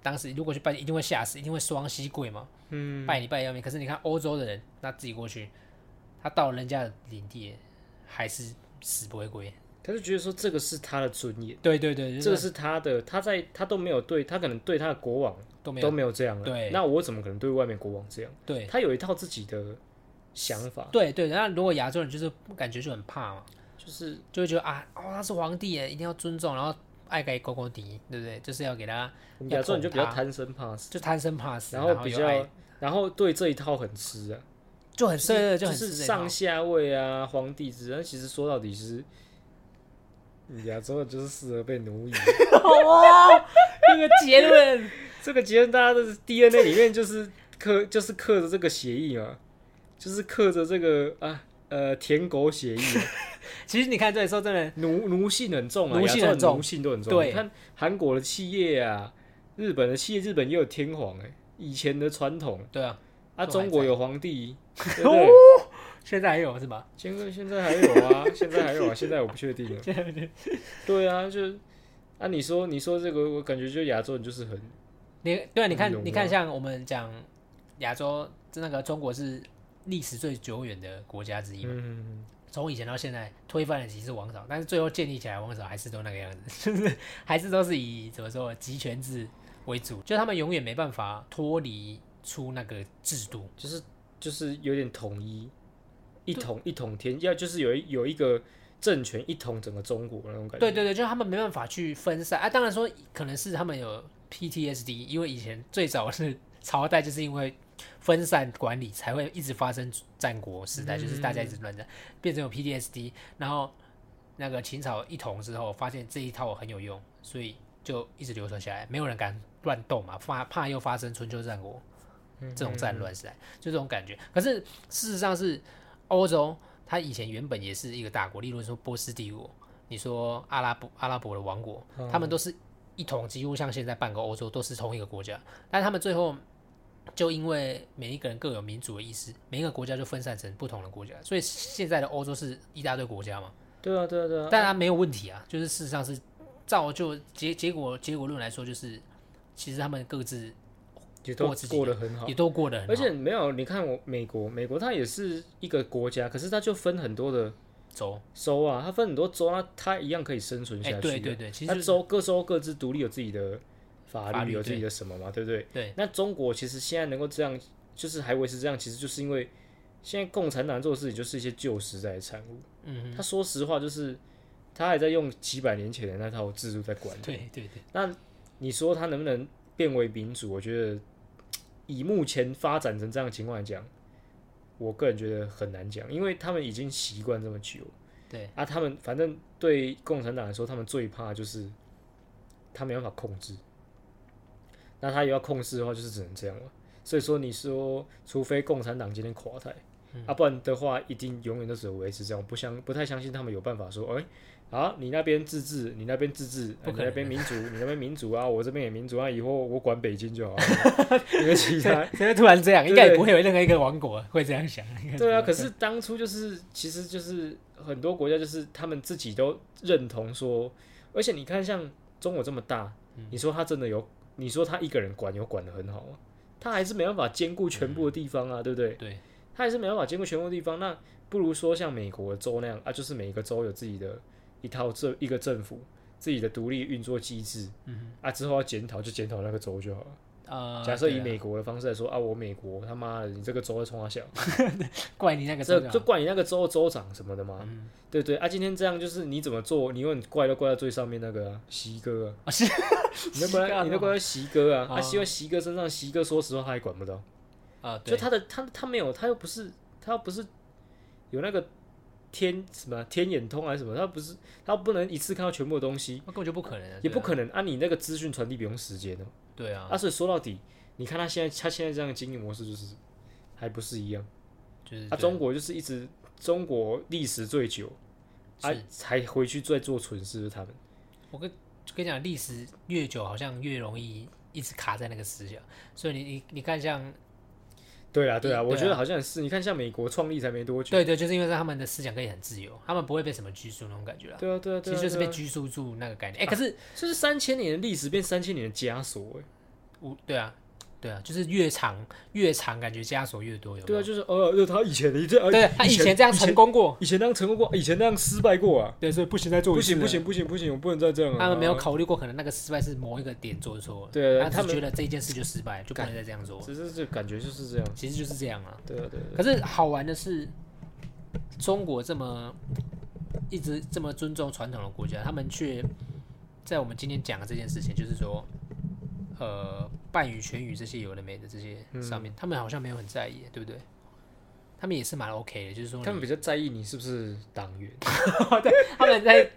当时如果去拜，一定会吓死，一定会双膝跪嘛，嗯，拜你拜得要命。可是你看欧洲的人，他自己过去，他到人家的领地，还是死不会跪，
可他就觉得说这个是他的尊严，
对对对，就是
这个是他的，他在他都没有对他可能对他的国王
都没
都
有
没有这样了，
对
那我怎么可能对外面国王这样？
对
他有一套自己的想法，
对对，那如果亚洲人就是感觉就很怕嘛，
就是
就会觉得啊，哦他是皇帝耶，一定要尊重，然后爱给狗狗敌，对不对？就是要给他
我们亚洲人就比较
要捧他
贪生怕死，
就贪生怕死，
然
然
后比
又爱
较然后对这一套很吃啊，
就很对对，
就
很
是
吃这一
上
套
下位啊，皇帝制，但其实说到底是。亚洲人就是适合被 奴役，
哇，这个 结论，
这个结论大家的 DNA 里面就是刻 就是刻着这个协议嘛，就是刻着这个啊呃舔狗协议啊，
其实你看这里时候真的
奴奴性很重啊，
奴
亚
性
洲
很重
人奴性都很重。
对
你看韩国的企业啊，日本的企业，日本也有天皇哎、以前的传统
对啊，
啊，
都还在
中国有 皇帝，对不对？
现在还有是吧？
现在现在还有 啊，现在还有啊，现在我不确定了。对啊，就是啊，你说你说这个，我感觉就亚洲人就是很
你对啊，你
有啊
看你看，像我们讲亚洲那个中国是历史最久远的国家之一嘛，
嗯，
从以前到现在推翻了几次王朝，但是最后建立起来的王朝还是都那个样子， 就是还是都是以怎么说集权制为主，就他们永远没办法脱离出那个制度。
就是就是有点统一，一统一统天，要就是有一有一个政权一统整个中国那种感觉。
对对对，就是他们没办法去分散啊。当然说，可能是他们有 PTSD，因为以前最早是朝代，就是因为分散管理才会一直发生战国时代，就是大家一直乱战，变成有 PTSD。然后那个秦朝一统之后，发现这一套很有用，所以就一直流传下来，没有人敢乱动嘛，怕怕又发生春秋战国
嗯
这种战乱时代，就这种感觉。可是事实上是欧洲。它以前原本也是一个大国，例如说波斯帝国，你说阿拉伯阿拉伯的王国，
嗯
他们都是一统，几乎像现在半个欧洲都是同一个国家，但他们最后就因为每一个人各有民族的意思，每一个国家就分散成不同的国家，所以现在的欧洲是一大堆国家嘛，
对啊对啊对啊，
但它没有问题啊，就是事实上是造就结结果结果论来说，就是其实他们各自
也都
过自己
过得很好
也。都过得很好，
而且没有，你看我美国，美国它也是一个国家，可是它就分很多的
走，
州啊，它分很多州，它它一样可以生存
哎、
下去、啊。
对对对，其实
它
就是
州各州各自独立有自己的法律，
法律
有自己
对
的什么嘛，对不对？
对
那中国其实现在能够这样，就是还维持这样，其实就是因为现在共产党做的事情就是一些旧时代的产物。
嗯
他说实话就是他还在用几百年前的那套制度在管
哼，
理。
对对对，
那你说他能不能变为民主？我觉得以目前发展成这样的情况来讲，我个人觉得很难讲，因为他们已经习惯这么久。
对
啊，他们反正对共产党来说，他们最怕就是他没办法控制。那他也要控制的话，就是只能这样了。所以说，你说除非共产党今天垮台，
嗯
啊，不然的话，一定永远都只有维持这样。我不相不太相信他们有办法说，哎、好，你那边自治，你那边自治，啊
不
你
可
那
能
边民主，你那边民主啊，我这边也民主啊，以后我管北京就好了， 因为其他
现在突然这样，应该
对
也
对
不会有任何一个王国会这样想，应该
对啊，
不
可
会
是当初就是，其实就是很多国家就是他们自己都认同说，而且你看像中国这么大，
嗯
你说他真的有，你说他一个人管有管的很好啊，他还是没办法兼顾全部的地方啊，对不对？
嗯对，
他还是没办法兼顾全部的地方，那不如说像美国州那样啊，就是每一个州有自己的一套这一个政府自己的独立运作机制，嗯、啊，之后要检讨就检讨那个州就好了。
呃，
假设
对
以
啊
美国的方式来说啊，我美国他妈的，你这个州在冲他小。
怪你那个
这
州长
就怪你那个州州长什么的嘛，对对啊，今天这样就是你怎么做，你问怪都怪到最上面那个啊，席哥啊，
啊是
你都怪
习
到
哥
你都怪到席哥啊，
哦
啊，希望席哥身上，席哥说实话他也管不到，
啊，对，
就他的他他没有，他又不是他又不是有那个天什么啊天眼通还是什么，他不是他不能一次看到全部的东西，
那根本就不可能啊，
也
对
不
啊
可能啊，你那个资讯传递不用时间哦，
对啊，
啊，所以说到底，你看他现在他现在这样的经营模式就是还不是一样。
就是
啊，中国就是一直中国历史最久，啊
是，
才回去再做蠢事的他们。
我跟跟你讲，历史越久，好像越容易一直卡在那个死角。所以你你你看像，
对啊，对
对
啊，
啊
我觉得好像是，你看像美国创立才没多久，
对对，就是因为他们的思想可以很自由，他们不会被什么拘束那种感觉啦。
对啊，对啊，
其
对啊，
实就是被
对啊
拘束住那个概念。哎，可是
这是三千年的历史变三千年的枷锁，哎，
我对啊，对啊，就是越长越长，感觉枷锁越多，有没
对
有
啊，？就是呃，就他以前你这，
对
哎
他以前这样成，功过，
以前以前那样成功过，以前那样失败过啊，
对，所以不行再做
不
一次
行
了
不，行不行不行，我不能再这样了。
他们没有
啊，
考虑过，可能那个失败是某一个点做错了，
对啊
他
他
们
们
觉得这件事就失败，就不能再这样做了，
只是这感觉就是这样。
其实就是这样啊。
对啊对啊对啊，
可是好玩的是，中国这么一直这么尊重传统的国家，他们却在我们今天讲的这件事情，就是说，呃，半语、全语这些有的没的这些上面，他们好像没有很在意，对不对？他们也是蛮 OK 的，就是说你，
他们比较在意你是不是党员，
他们在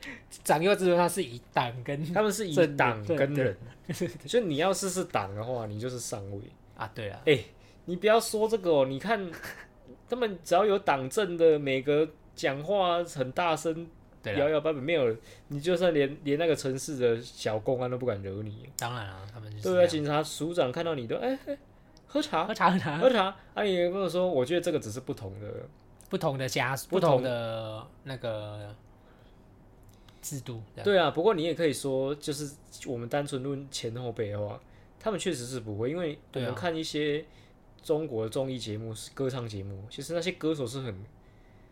长幼之分上是以党跟
他们是以
政
党
对
跟
对
人， 就你要是是党的话，你就是上位。
啊，对啊，
哎、你不要说这个哦，你看他们只要有党政的，每个讲话很大声，
对
摇
啊，
摇摆摆，没有人，你就算连连那个城市的小公安都不敢惹你。
当然啊，他们就是
对啊，
这样
警察署长看到你都哎、哎 喝茶
喝茶喝茶，
喝茶，啊，你有没有说？我觉得这个只是不同的，
不同的家，
不
不
同
同的那个制度，这样
对啊。不过你也可以说，就是我们单纯论前后辈的话，他们确实是不会，因为我
对啊
们看一些中国的综艺节目、歌唱节目，其实那些歌手是很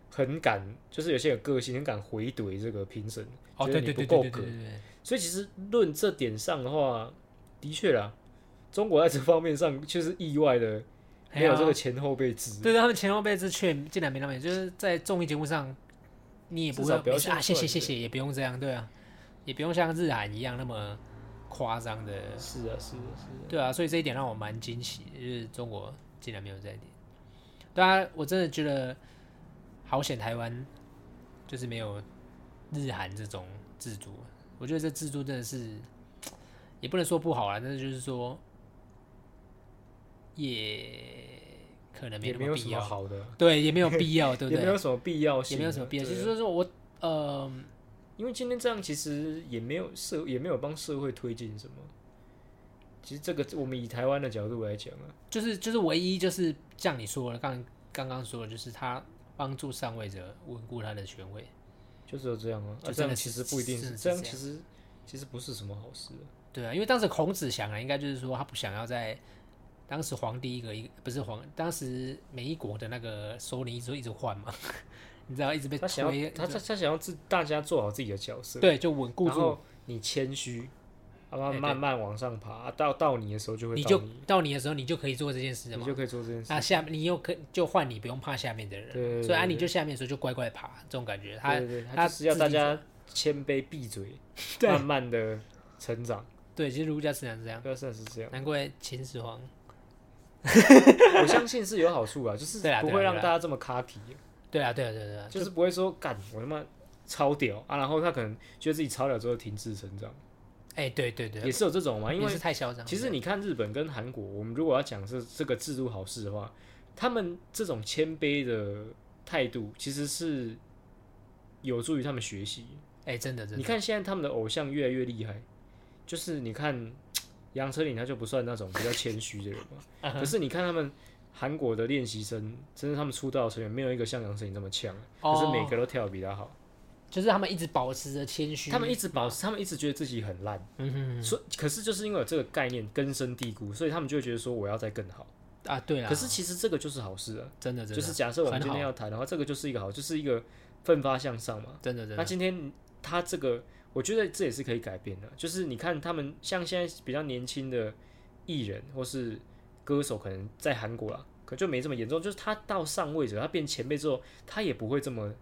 很敢，就是有些有个性，很敢回怼这个评审，
哦，
觉
对
得你
对
不
对
够
对
格
对对对对。
所以其实论这点上的话，的确啦，中国在这方面上确实意外的没有这个前后辈制，
对对，他们前后辈子却竟然没那么，就是在综艺节目上，你也不
至
会
少表
没事
现
啊，谢
出
谢
来对
谢谢，也不用这样，对啊，也不用像日韩一样那么夸张的，
是啊，是啊，是啊，
对啊，所以这一点让我蛮惊喜，就是中国竟然没有这一点。对啊，我真的觉得好险，台湾就是没有日韩这种制度，我觉得这制度真的是也不能说不好啊，但是就是说也可能没
也
那
没有
么
什
必
么
要。
好的，
对，也没有必要，对不
也没
对？
有什么必要
也
性啊，
没有什么必要，就
对啊
是说我呃，
因为今天这样其实也没有社也没有帮社会推进什么。其实这个我们以台湾的角度来讲啊，
就是就是唯一就是像你说的，刚刚刚说的，就是他帮助上位者稳固他的权位，
就只有这样啊，啊
就
这
真
样
的
其
是
实不一定
真
是
的是
这样，
这样
其实其实不是什么好事啊。
对啊，因为当时孔子想啊，应该就是说他不想要在当时皇帝一个一不是皇，当时每一国的那个首领一直一直换嘛， 你知道一直被
他想
推
要，他他他想要自大家做好自己的角色，
对，就稳固
然
住，
后你谦虚，啊
哎
慢
对
慢慢往上爬，啊到到你的时候就会
你
到
就
你
到你的时候，你就可以做这件事了
你
嘛。
就可以做这件事。
那下你又可就换你不用怕下面的人，
对对对
所以啊
对
你就下面的时候就乖乖爬，这种感觉，他
对对对，
他
就是要
自
大
己
家谦卑闭嘴，
对
慢慢的成长，
对，其实儒家思想是这样，
要算是这样。
难怪秦始皇
我相信是有好处啊，就是
对啊
不
对啊
会
对
让
啊
大家这么卡皮，
对啊，对啊，对啊，对啊，
就是不会说干我他妈超屌啊，然后他可能觉得自己超屌之后停滞成长，
哎、对对对，
也是有这种嘛，因为
也是太嚣张了。
其实你看日本跟韩国，我们如果要讲是这个制度好事的话，他们这种谦卑的态度其实是有助于他们学习。
哎、真的真
你
的，
看现在他们的偶像越来越厉害，就是你看杨丞琳，他就不算那种比较谦虚的人嘛。可是你看他们韩国的练习生，甚至他们出道的成员，没有一个像杨丞琳这么强，可是每个都跳得比他好。
就是他们一直保持着谦虚，
他们一直保持，他们一直觉得自己很烂，
嗯哼
所以可是就是因为有这个概念根深蒂固，所以他们就会觉得说我要再更好。
啊，对啊，
可是其实这个就是好事啊，
真的真的
就是假设我们
很
今天
好
要谈的话，这个就是一个好，就是一个奋发向上嘛。
真的真
那
的，
今天他这个，我觉得这也是可以改变的，就是你看他们像现在比较年轻的艺人或是歌手，可能在韩国啦，可就没这么严重，就是他到上位者，他变前辈之后，他也不会这么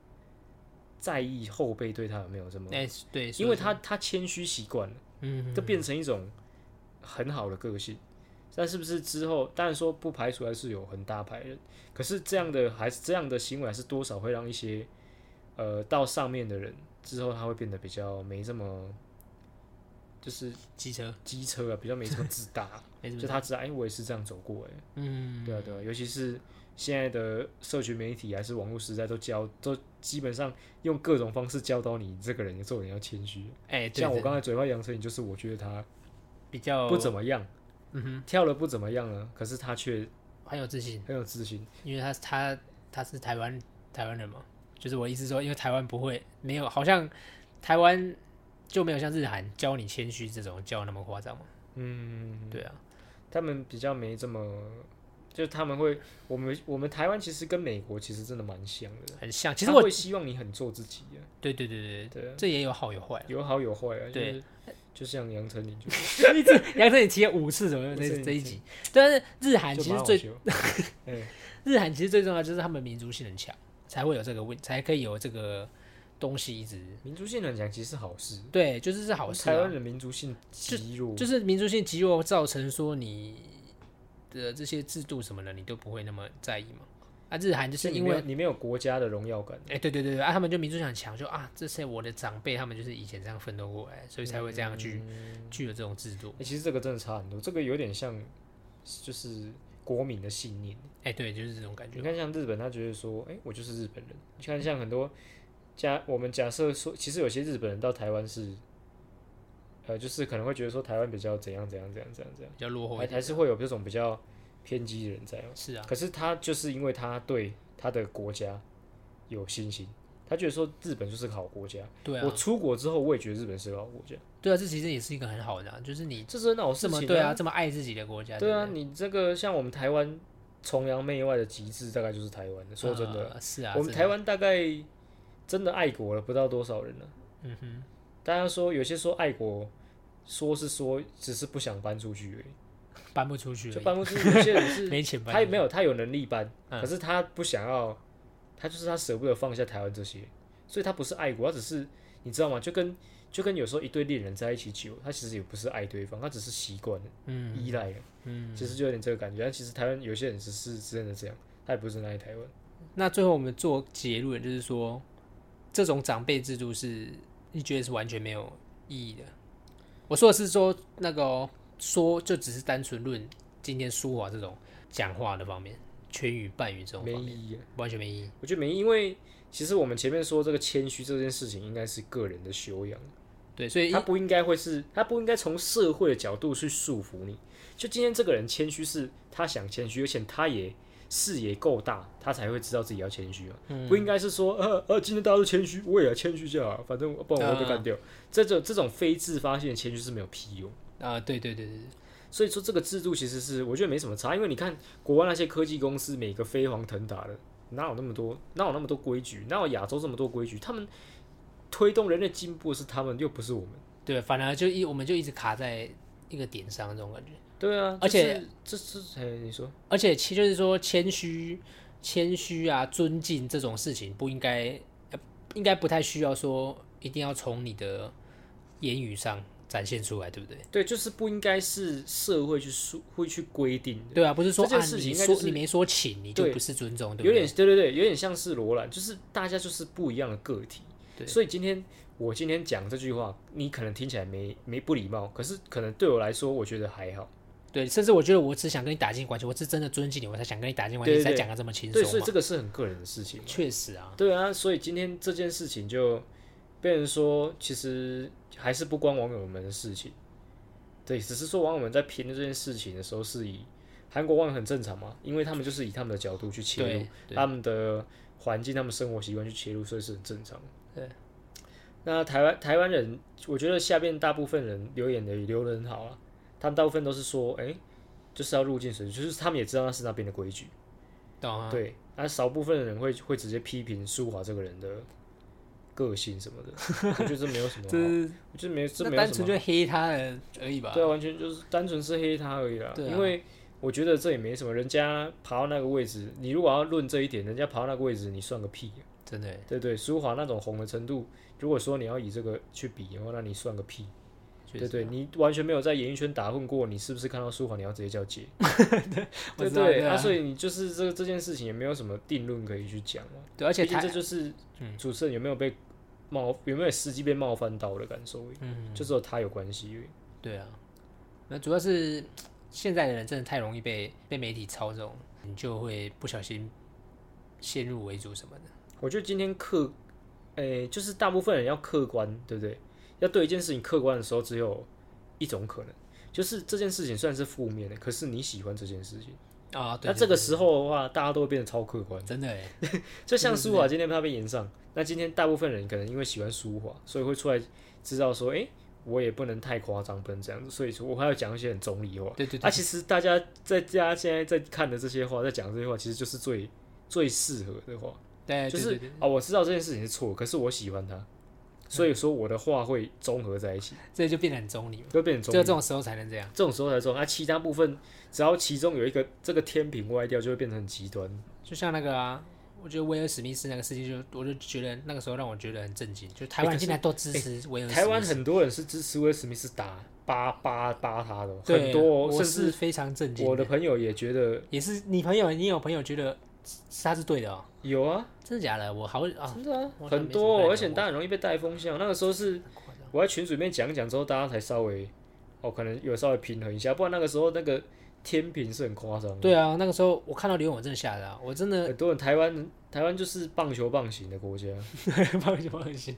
在意后辈对他有没有这么，
哎、对，
因
说
为他他谦虚习惯了。
嗯，
这变成一种很好的个性。但是不是之后，当然说不排除还是有很大牌人，可是这样的还是这样的行为，还是多少会让一些呃到上面的人之后，他会变得比较没这么就是
机车
机车啊，比较没这么自大，
没什么
就他知道哎，我也是这样走过哎、
嗯，
对啊对啊，尤其是现在的社群媒体还是网络时代，都教都基本上用各种方式教导你这个人做人要谦虚，
哎、对
像我
对
刚才嘴巴扬成，你就是我觉得他
比较
不怎么样，
嗯哼，
跳了不怎么样呢，可是他却
很有自信，
很有自信。
因为他他他是台湾台湾人嘛，就是我意思说，因为台湾不会没有，好像台湾就没有像日韩教你谦虚这种教那么夸张嘛，
嗯，
对啊，
他们比较没这么，就是他们会，我们我们台湾其实跟美国其实真的蛮像的，
很像。啊其实
他
我
会希望你很做自己啊，
对对对对，
对啊，
这也有好有坏。
有好有坏啊，
对
就是，就像杨丞琳 就
杨振宇提了五次左右
五次
这
五
这一
次
集，但是日韩
就
其
蛮
实
好
最
笑，
日韩其实最重要就是他们民族性很强，才会有这个问，才可以有这个东西一直
民族性很强，其实是好事，
对，就是是好事、
台湾
啊。
人民族性极弱，
就是民族性极弱，造成说你的这些制度什么的，你都不会那么在意嘛。啊，日韩就是
你
因
没有
为，
你没有国家的荣耀感，
哎、对对对对，啊，他们就民族性很强，就啊，这些我的长辈他们就是以前这样奋斗过来，所以才会这样去、
嗯
具有这种制度。
欸其实这个真的差很多，这个有点像就是国民的信念。
哎、对，就是这种感觉
你。看，像日本，他觉得说，哎、我就是日本人。你看，像很多假，我们假设说，其实有些日本人到台湾是，呃，就是可能会觉得说台湾比较怎样怎样怎样怎样怎
比较落
样，
后一
还
点
还是会有这种比较偏激的人在哦。
是啊，
可是他就是因为他对他的国家有信心，他觉得说日本就是个好国家。
对啊
我，出国之后，我也觉得日本是个好国家，
对啊，这其实也是一个很好的、啊，就是你
这是很好事
这么
情、
对啊，这么爱自己的国家，
对啊，
不
你这个像我们台湾崇洋媚外的极致，大概就是台湾。说真的，
呃是啊，
我们
真的
台湾大概真的爱国了，不知道多少人了。嗯哼，大家说有些说爱国，说是说只是不想搬出去
搬不出
而
去而
已，就
已，
搬不出去。有些人 是
没钱搬
他也没有，他有能力搬，
嗯
可是他不想要，他就是他舍不得放下台湾这些，所以他不是爱国，他只是你知道吗？就跟就跟有时候一对恋人在一起久，他其实也不是爱对方，他只是习惯了，
嗯，
依赖了。
嗯，
其实就有点这个感觉。但其实台湾有些人只是真的这样，他也不是很爱台湾。
那最后我们做结论，就是说，这种长辈制度是你觉得是完全没有意义的。我说的是说那个哦、说，就只是单纯论今天舒华这种讲话的方面，全语半语这种
没
方面，
意义、啊。
完全没意义。
我觉得没意义，因为其实我们前面说这个谦虚这件事情，应该是个人的修养，
对，所以
他不应该会是，他不应该从社会的角度去束缚你。就今天这个人谦虚，是他想谦虚，而且他也。视野够大，他才会知道自己要谦虚嘛。不应该是说，呃呃，今天大家都谦虚，我也要谦虚一下啊，反正不然我会被干掉。这种这种非自发性的谦虚是没有屁用的。
啊、对对对对，对
所以说这个制度其实是我觉得没什么差，因为你看国外那些科技公司每个飞黄腾达的，哪有那么多，哪有那么多规矩，哪有亚洲这么多规矩？他们推动人类进步的是他们，又不是我们。
对，反而就一我们就一直卡在一个点上这种感觉。
对啊，
而且
这是这是哎，你说
而且其就是说谦虚、谦虚啊、尊敬这种事情，不应该、呃应该不太需要说一定要从你的言语上展现出来，对不对？
对，就是不应该是社会去说会去规定的，
对啊，不是说
这件
啊，
事情
你
应该
说、
就是
你没说请，你就
对
不是尊重，对
有
不对？
点对对对，有点像是罗兰，就是大家就是不一样的个体。
对
所以今天我今天讲这句话，你可能听起来没没不礼貌，可是可能对我来说，我觉得还好。
对，甚至我觉得我只想跟你打进关系，我是真的尊敬你，我才想跟你打进关系，
对对
才
对
讲的这么轻松
对，所以
嘛。
这个是很个人的事情。
确实啊，
对啊，所以今天这件事情就被人说，其实还是不关网友们的事情。对，只是说网友们在评论这件事情的时候，是以韩国网友很正常嘛，因为他们就是以他们的角度去切入
对对
他们的环境、他们生活习惯去切入，所以是很正常。
对。
那台湾台湾人，我觉得下边大部分人留言的也留的很好啊，他们大部分都是说，哎、就是要入境随俗，就是他们也知道那是那边的规矩。
懂啊？
对，那、少部分的人会会直接批评舒华这个人的个性什么的，我觉得这没有什 么好，
这
我
是
觉得没有这
那
没有
单
什
纯
么
就黑他的而已吧
好，。对啊，完全就是单纯是黑他而已啦。
对啊
因为我觉得这也没什么，人家爬到那个位置，你如果要论这一点，人家爬到那个位置，你算个屁、啊，
真的，
对不对？舒华那种红的程度，如果说你要以这个去比的话，那你算个屁，
确
对
实
对，你完全没有在演艺圈打混过，你是不是看到舒华你要直接叫姐？
我
对
知道对啊
啊，所以你就是这这件事情也没有什么定论可以去讲嘛。
对，而且
毕竟
他
这就是
嗯
主持人有没有被冒，有没有司机被冒犯到的感受而已，
嗯
就只有他有关系而已。
对啊，那主要是现在的人真的太容易被被媒体操纵，你就会不小心先入为主什么的。
我觉得今天客，诶、就是大部分人要客观，对不对？要对一件事情客观的时候，只有一种可能，就是这件事情虽然是负面的，可是你喜欢这件事情。
啊，对
那这个时候的话，大家都会变得超客观。
真的哎，
就像舒华今天他被延上，那今天大部分人可能因为喜欢舒华，所以会出来知道说，诶、我也不能太夸张，不能这样子，所以说我还要讲一些很中立的话。
对对
啊，
对，
其实大家在家现在在看的这些话，在讲这些话，其实就是最最适合的话，
对，
就
哎对
是
对对嗯
啊、我知道这件事情是错，可是我喜欢它，所以说我的话会综合在一起，
这就变得很中立嘛，
会变成
只
中
有
立
这种时候才能这样。
这种时候才中啊，其他部分只要其中有一个这个天平歪掉，就会变成很极端。
就像那个啊，我觉得威尔史密斯那个事情就，我就觉得那个时候让我觉得很震惊，就台湾
可
人
是
竟然都支持威尔史密斯，
台湾很多人是支持威尔史密斯打扒扒扒他的哦，
对
很多、哦，
我
甚
是
至
非常震惊。
我的朋友也觉得
也是你朋友，你有朋友觉得他是对的哦，
有啊，
真的假的？我好啊，
真的啊
我，
很多、哦，
我
而且大家很容易被带风向。那个时候是我在群组里面讲一讲之后，大家才稍微哦，可能有稍微平衡一下，不然那个时候那个天平是很夸张的。
对啊，那个时候我看到刘勇，我真的吓 到，我真的
很多人台湾台湾就是棒球棒型的国家，
放心放心，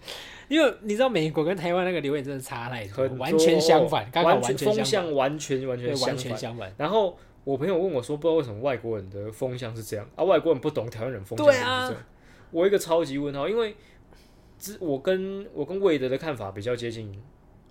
因为你知道美国跟台湾那个留言真的差太多，
很多
完全相反，哎刚好
完
完全
风
相
向完全完
反，对，
全
完
相
全
反。
相反。
然后我朋友问我说，不知道为什么外国人的风向是这样啊，外国人不懂台湾人风向
对
是不
啊
是这样。我一个超级问号，因为之我跟我跟魏德的看法比较接近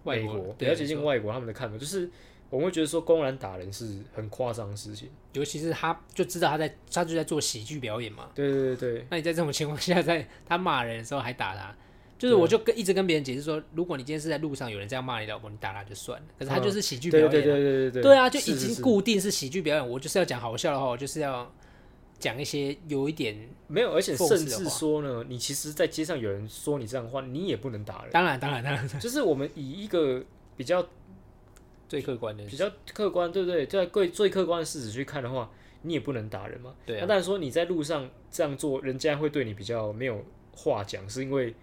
外
美
国
国，比
对
较
没
接近
错
外国他们的看法，就是我们会觉得说公然打人是很夸张的事情。
尤其是他就知道他在他就在做喜剧表演嘛，
对对对对，
那你在这种情况下，在他骂人的时候还打他，就是
啊
我就跟一直跟别人解释说，如果你今天是在路上有人这样骂你老婆，你打他就算了，可是他就是喜剧
嗯对
表
对
演、啊，
对对对对
对啊，就是已
是
经
是
固定是喜剧表演，我就是要讲好笑的话，我就是要讲一些有一点，
没有，而且
讽
甚
刺的
至
话
说呢，你其实，在街上有人说你这样的话，你也不能 打人。
当然当然当 然，
就是我们以一个比较
最客观的
比，较客观，对不对？在最最客观的事实去看的话，你也不能打人嘛。
对啊
那当然说你在路上这样做，人家会对你比较没有话讲，是因为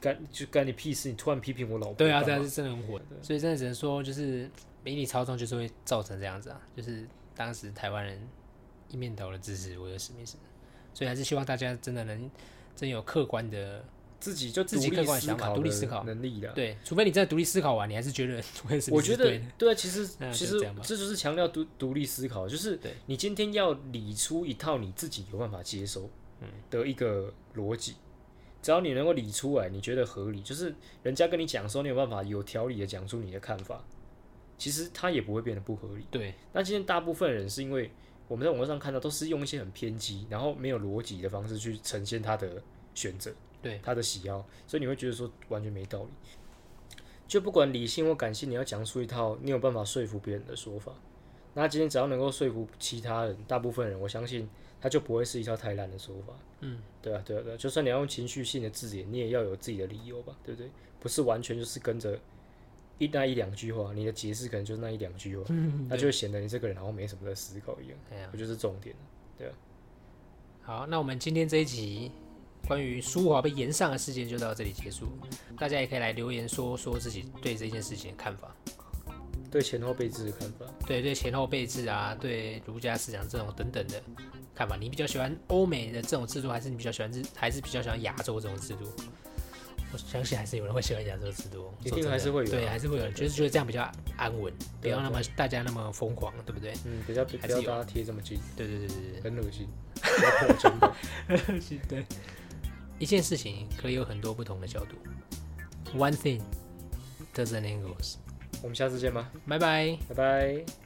干就干你屁事，你突然批评我老婆
对啊，
干
这
嘛
样是真的很火，所以真的只能说就是迷你操纵就是会造成这样子啊，就是当时台湾人一面倒的支持威尔史密斯，所以还是希望大家真的能真有客观的。
自己就
自己
独
客
立
观
思
想法
考
独立
的
思考
能力啦。
对，除非你真的独立思考完，你还是觉得 为什么
啊我
是
觉
对
得
的？
对啊，其实
那
其
就
实
这样吧
这就是强调独独立思考，就是
对
你今天要理出一套你自己有办法接收
嗯
的一个逻辑，只要你能够理出来，你觉得合理，就是人家跟你讲的时候，你有办法有条理的讲出你的看法，其实它也不会变得不合理。
对
那今天大部分人是因为我们在网络上看到都是用一些很偏激，然后没有逻辑的方式去呈现他的选择。
对
他的喜好，所以你会觉得说完全没道理。就不管理性或感性，你要讲出一套你有办法说服别人的说法。那今天只要能够说服其他人，大部分人我相信他就不会是一套太烂的说法。嗯，对啊，对啊，对啊，就算你要用情绪性的字眼，你也要有自己的理由吧，对不对？不是完全就是跟着一那一两句话，你的解释可能就是那一两句话，那就会显得你这个人好像没什么在思考一样。
嗯哎呀，
我觉得这是重点。啊
好，那我们今天这一集关于舒华被延上的事件就到这里结束，大家也可以来留言说说自己对这件事情的看法，
对前后辈制的看法，
对对前后辈制啊，对儒家思想这种等等的看法，你比较喜欢欧美的这种制度，还是你比较喜欢日，还是比较喜欢亚洲这种制度？我相信还是有人会喜欢亚洲制度，
一定
说真的
还是会有啊
对，还是会有人，就是觉得这样比较安稳，不
对啊
要那么大家那么疯狂，对不对？
嗯，比较不
还
不
是
要
有啊
大家贴这么近，
对对对对对。
很恶心， 不要破我肩膀。
对，一件事情可以有很多不同的角度。One thing, dozen angles。
我们下次见吧，
拜拜。
拜拜。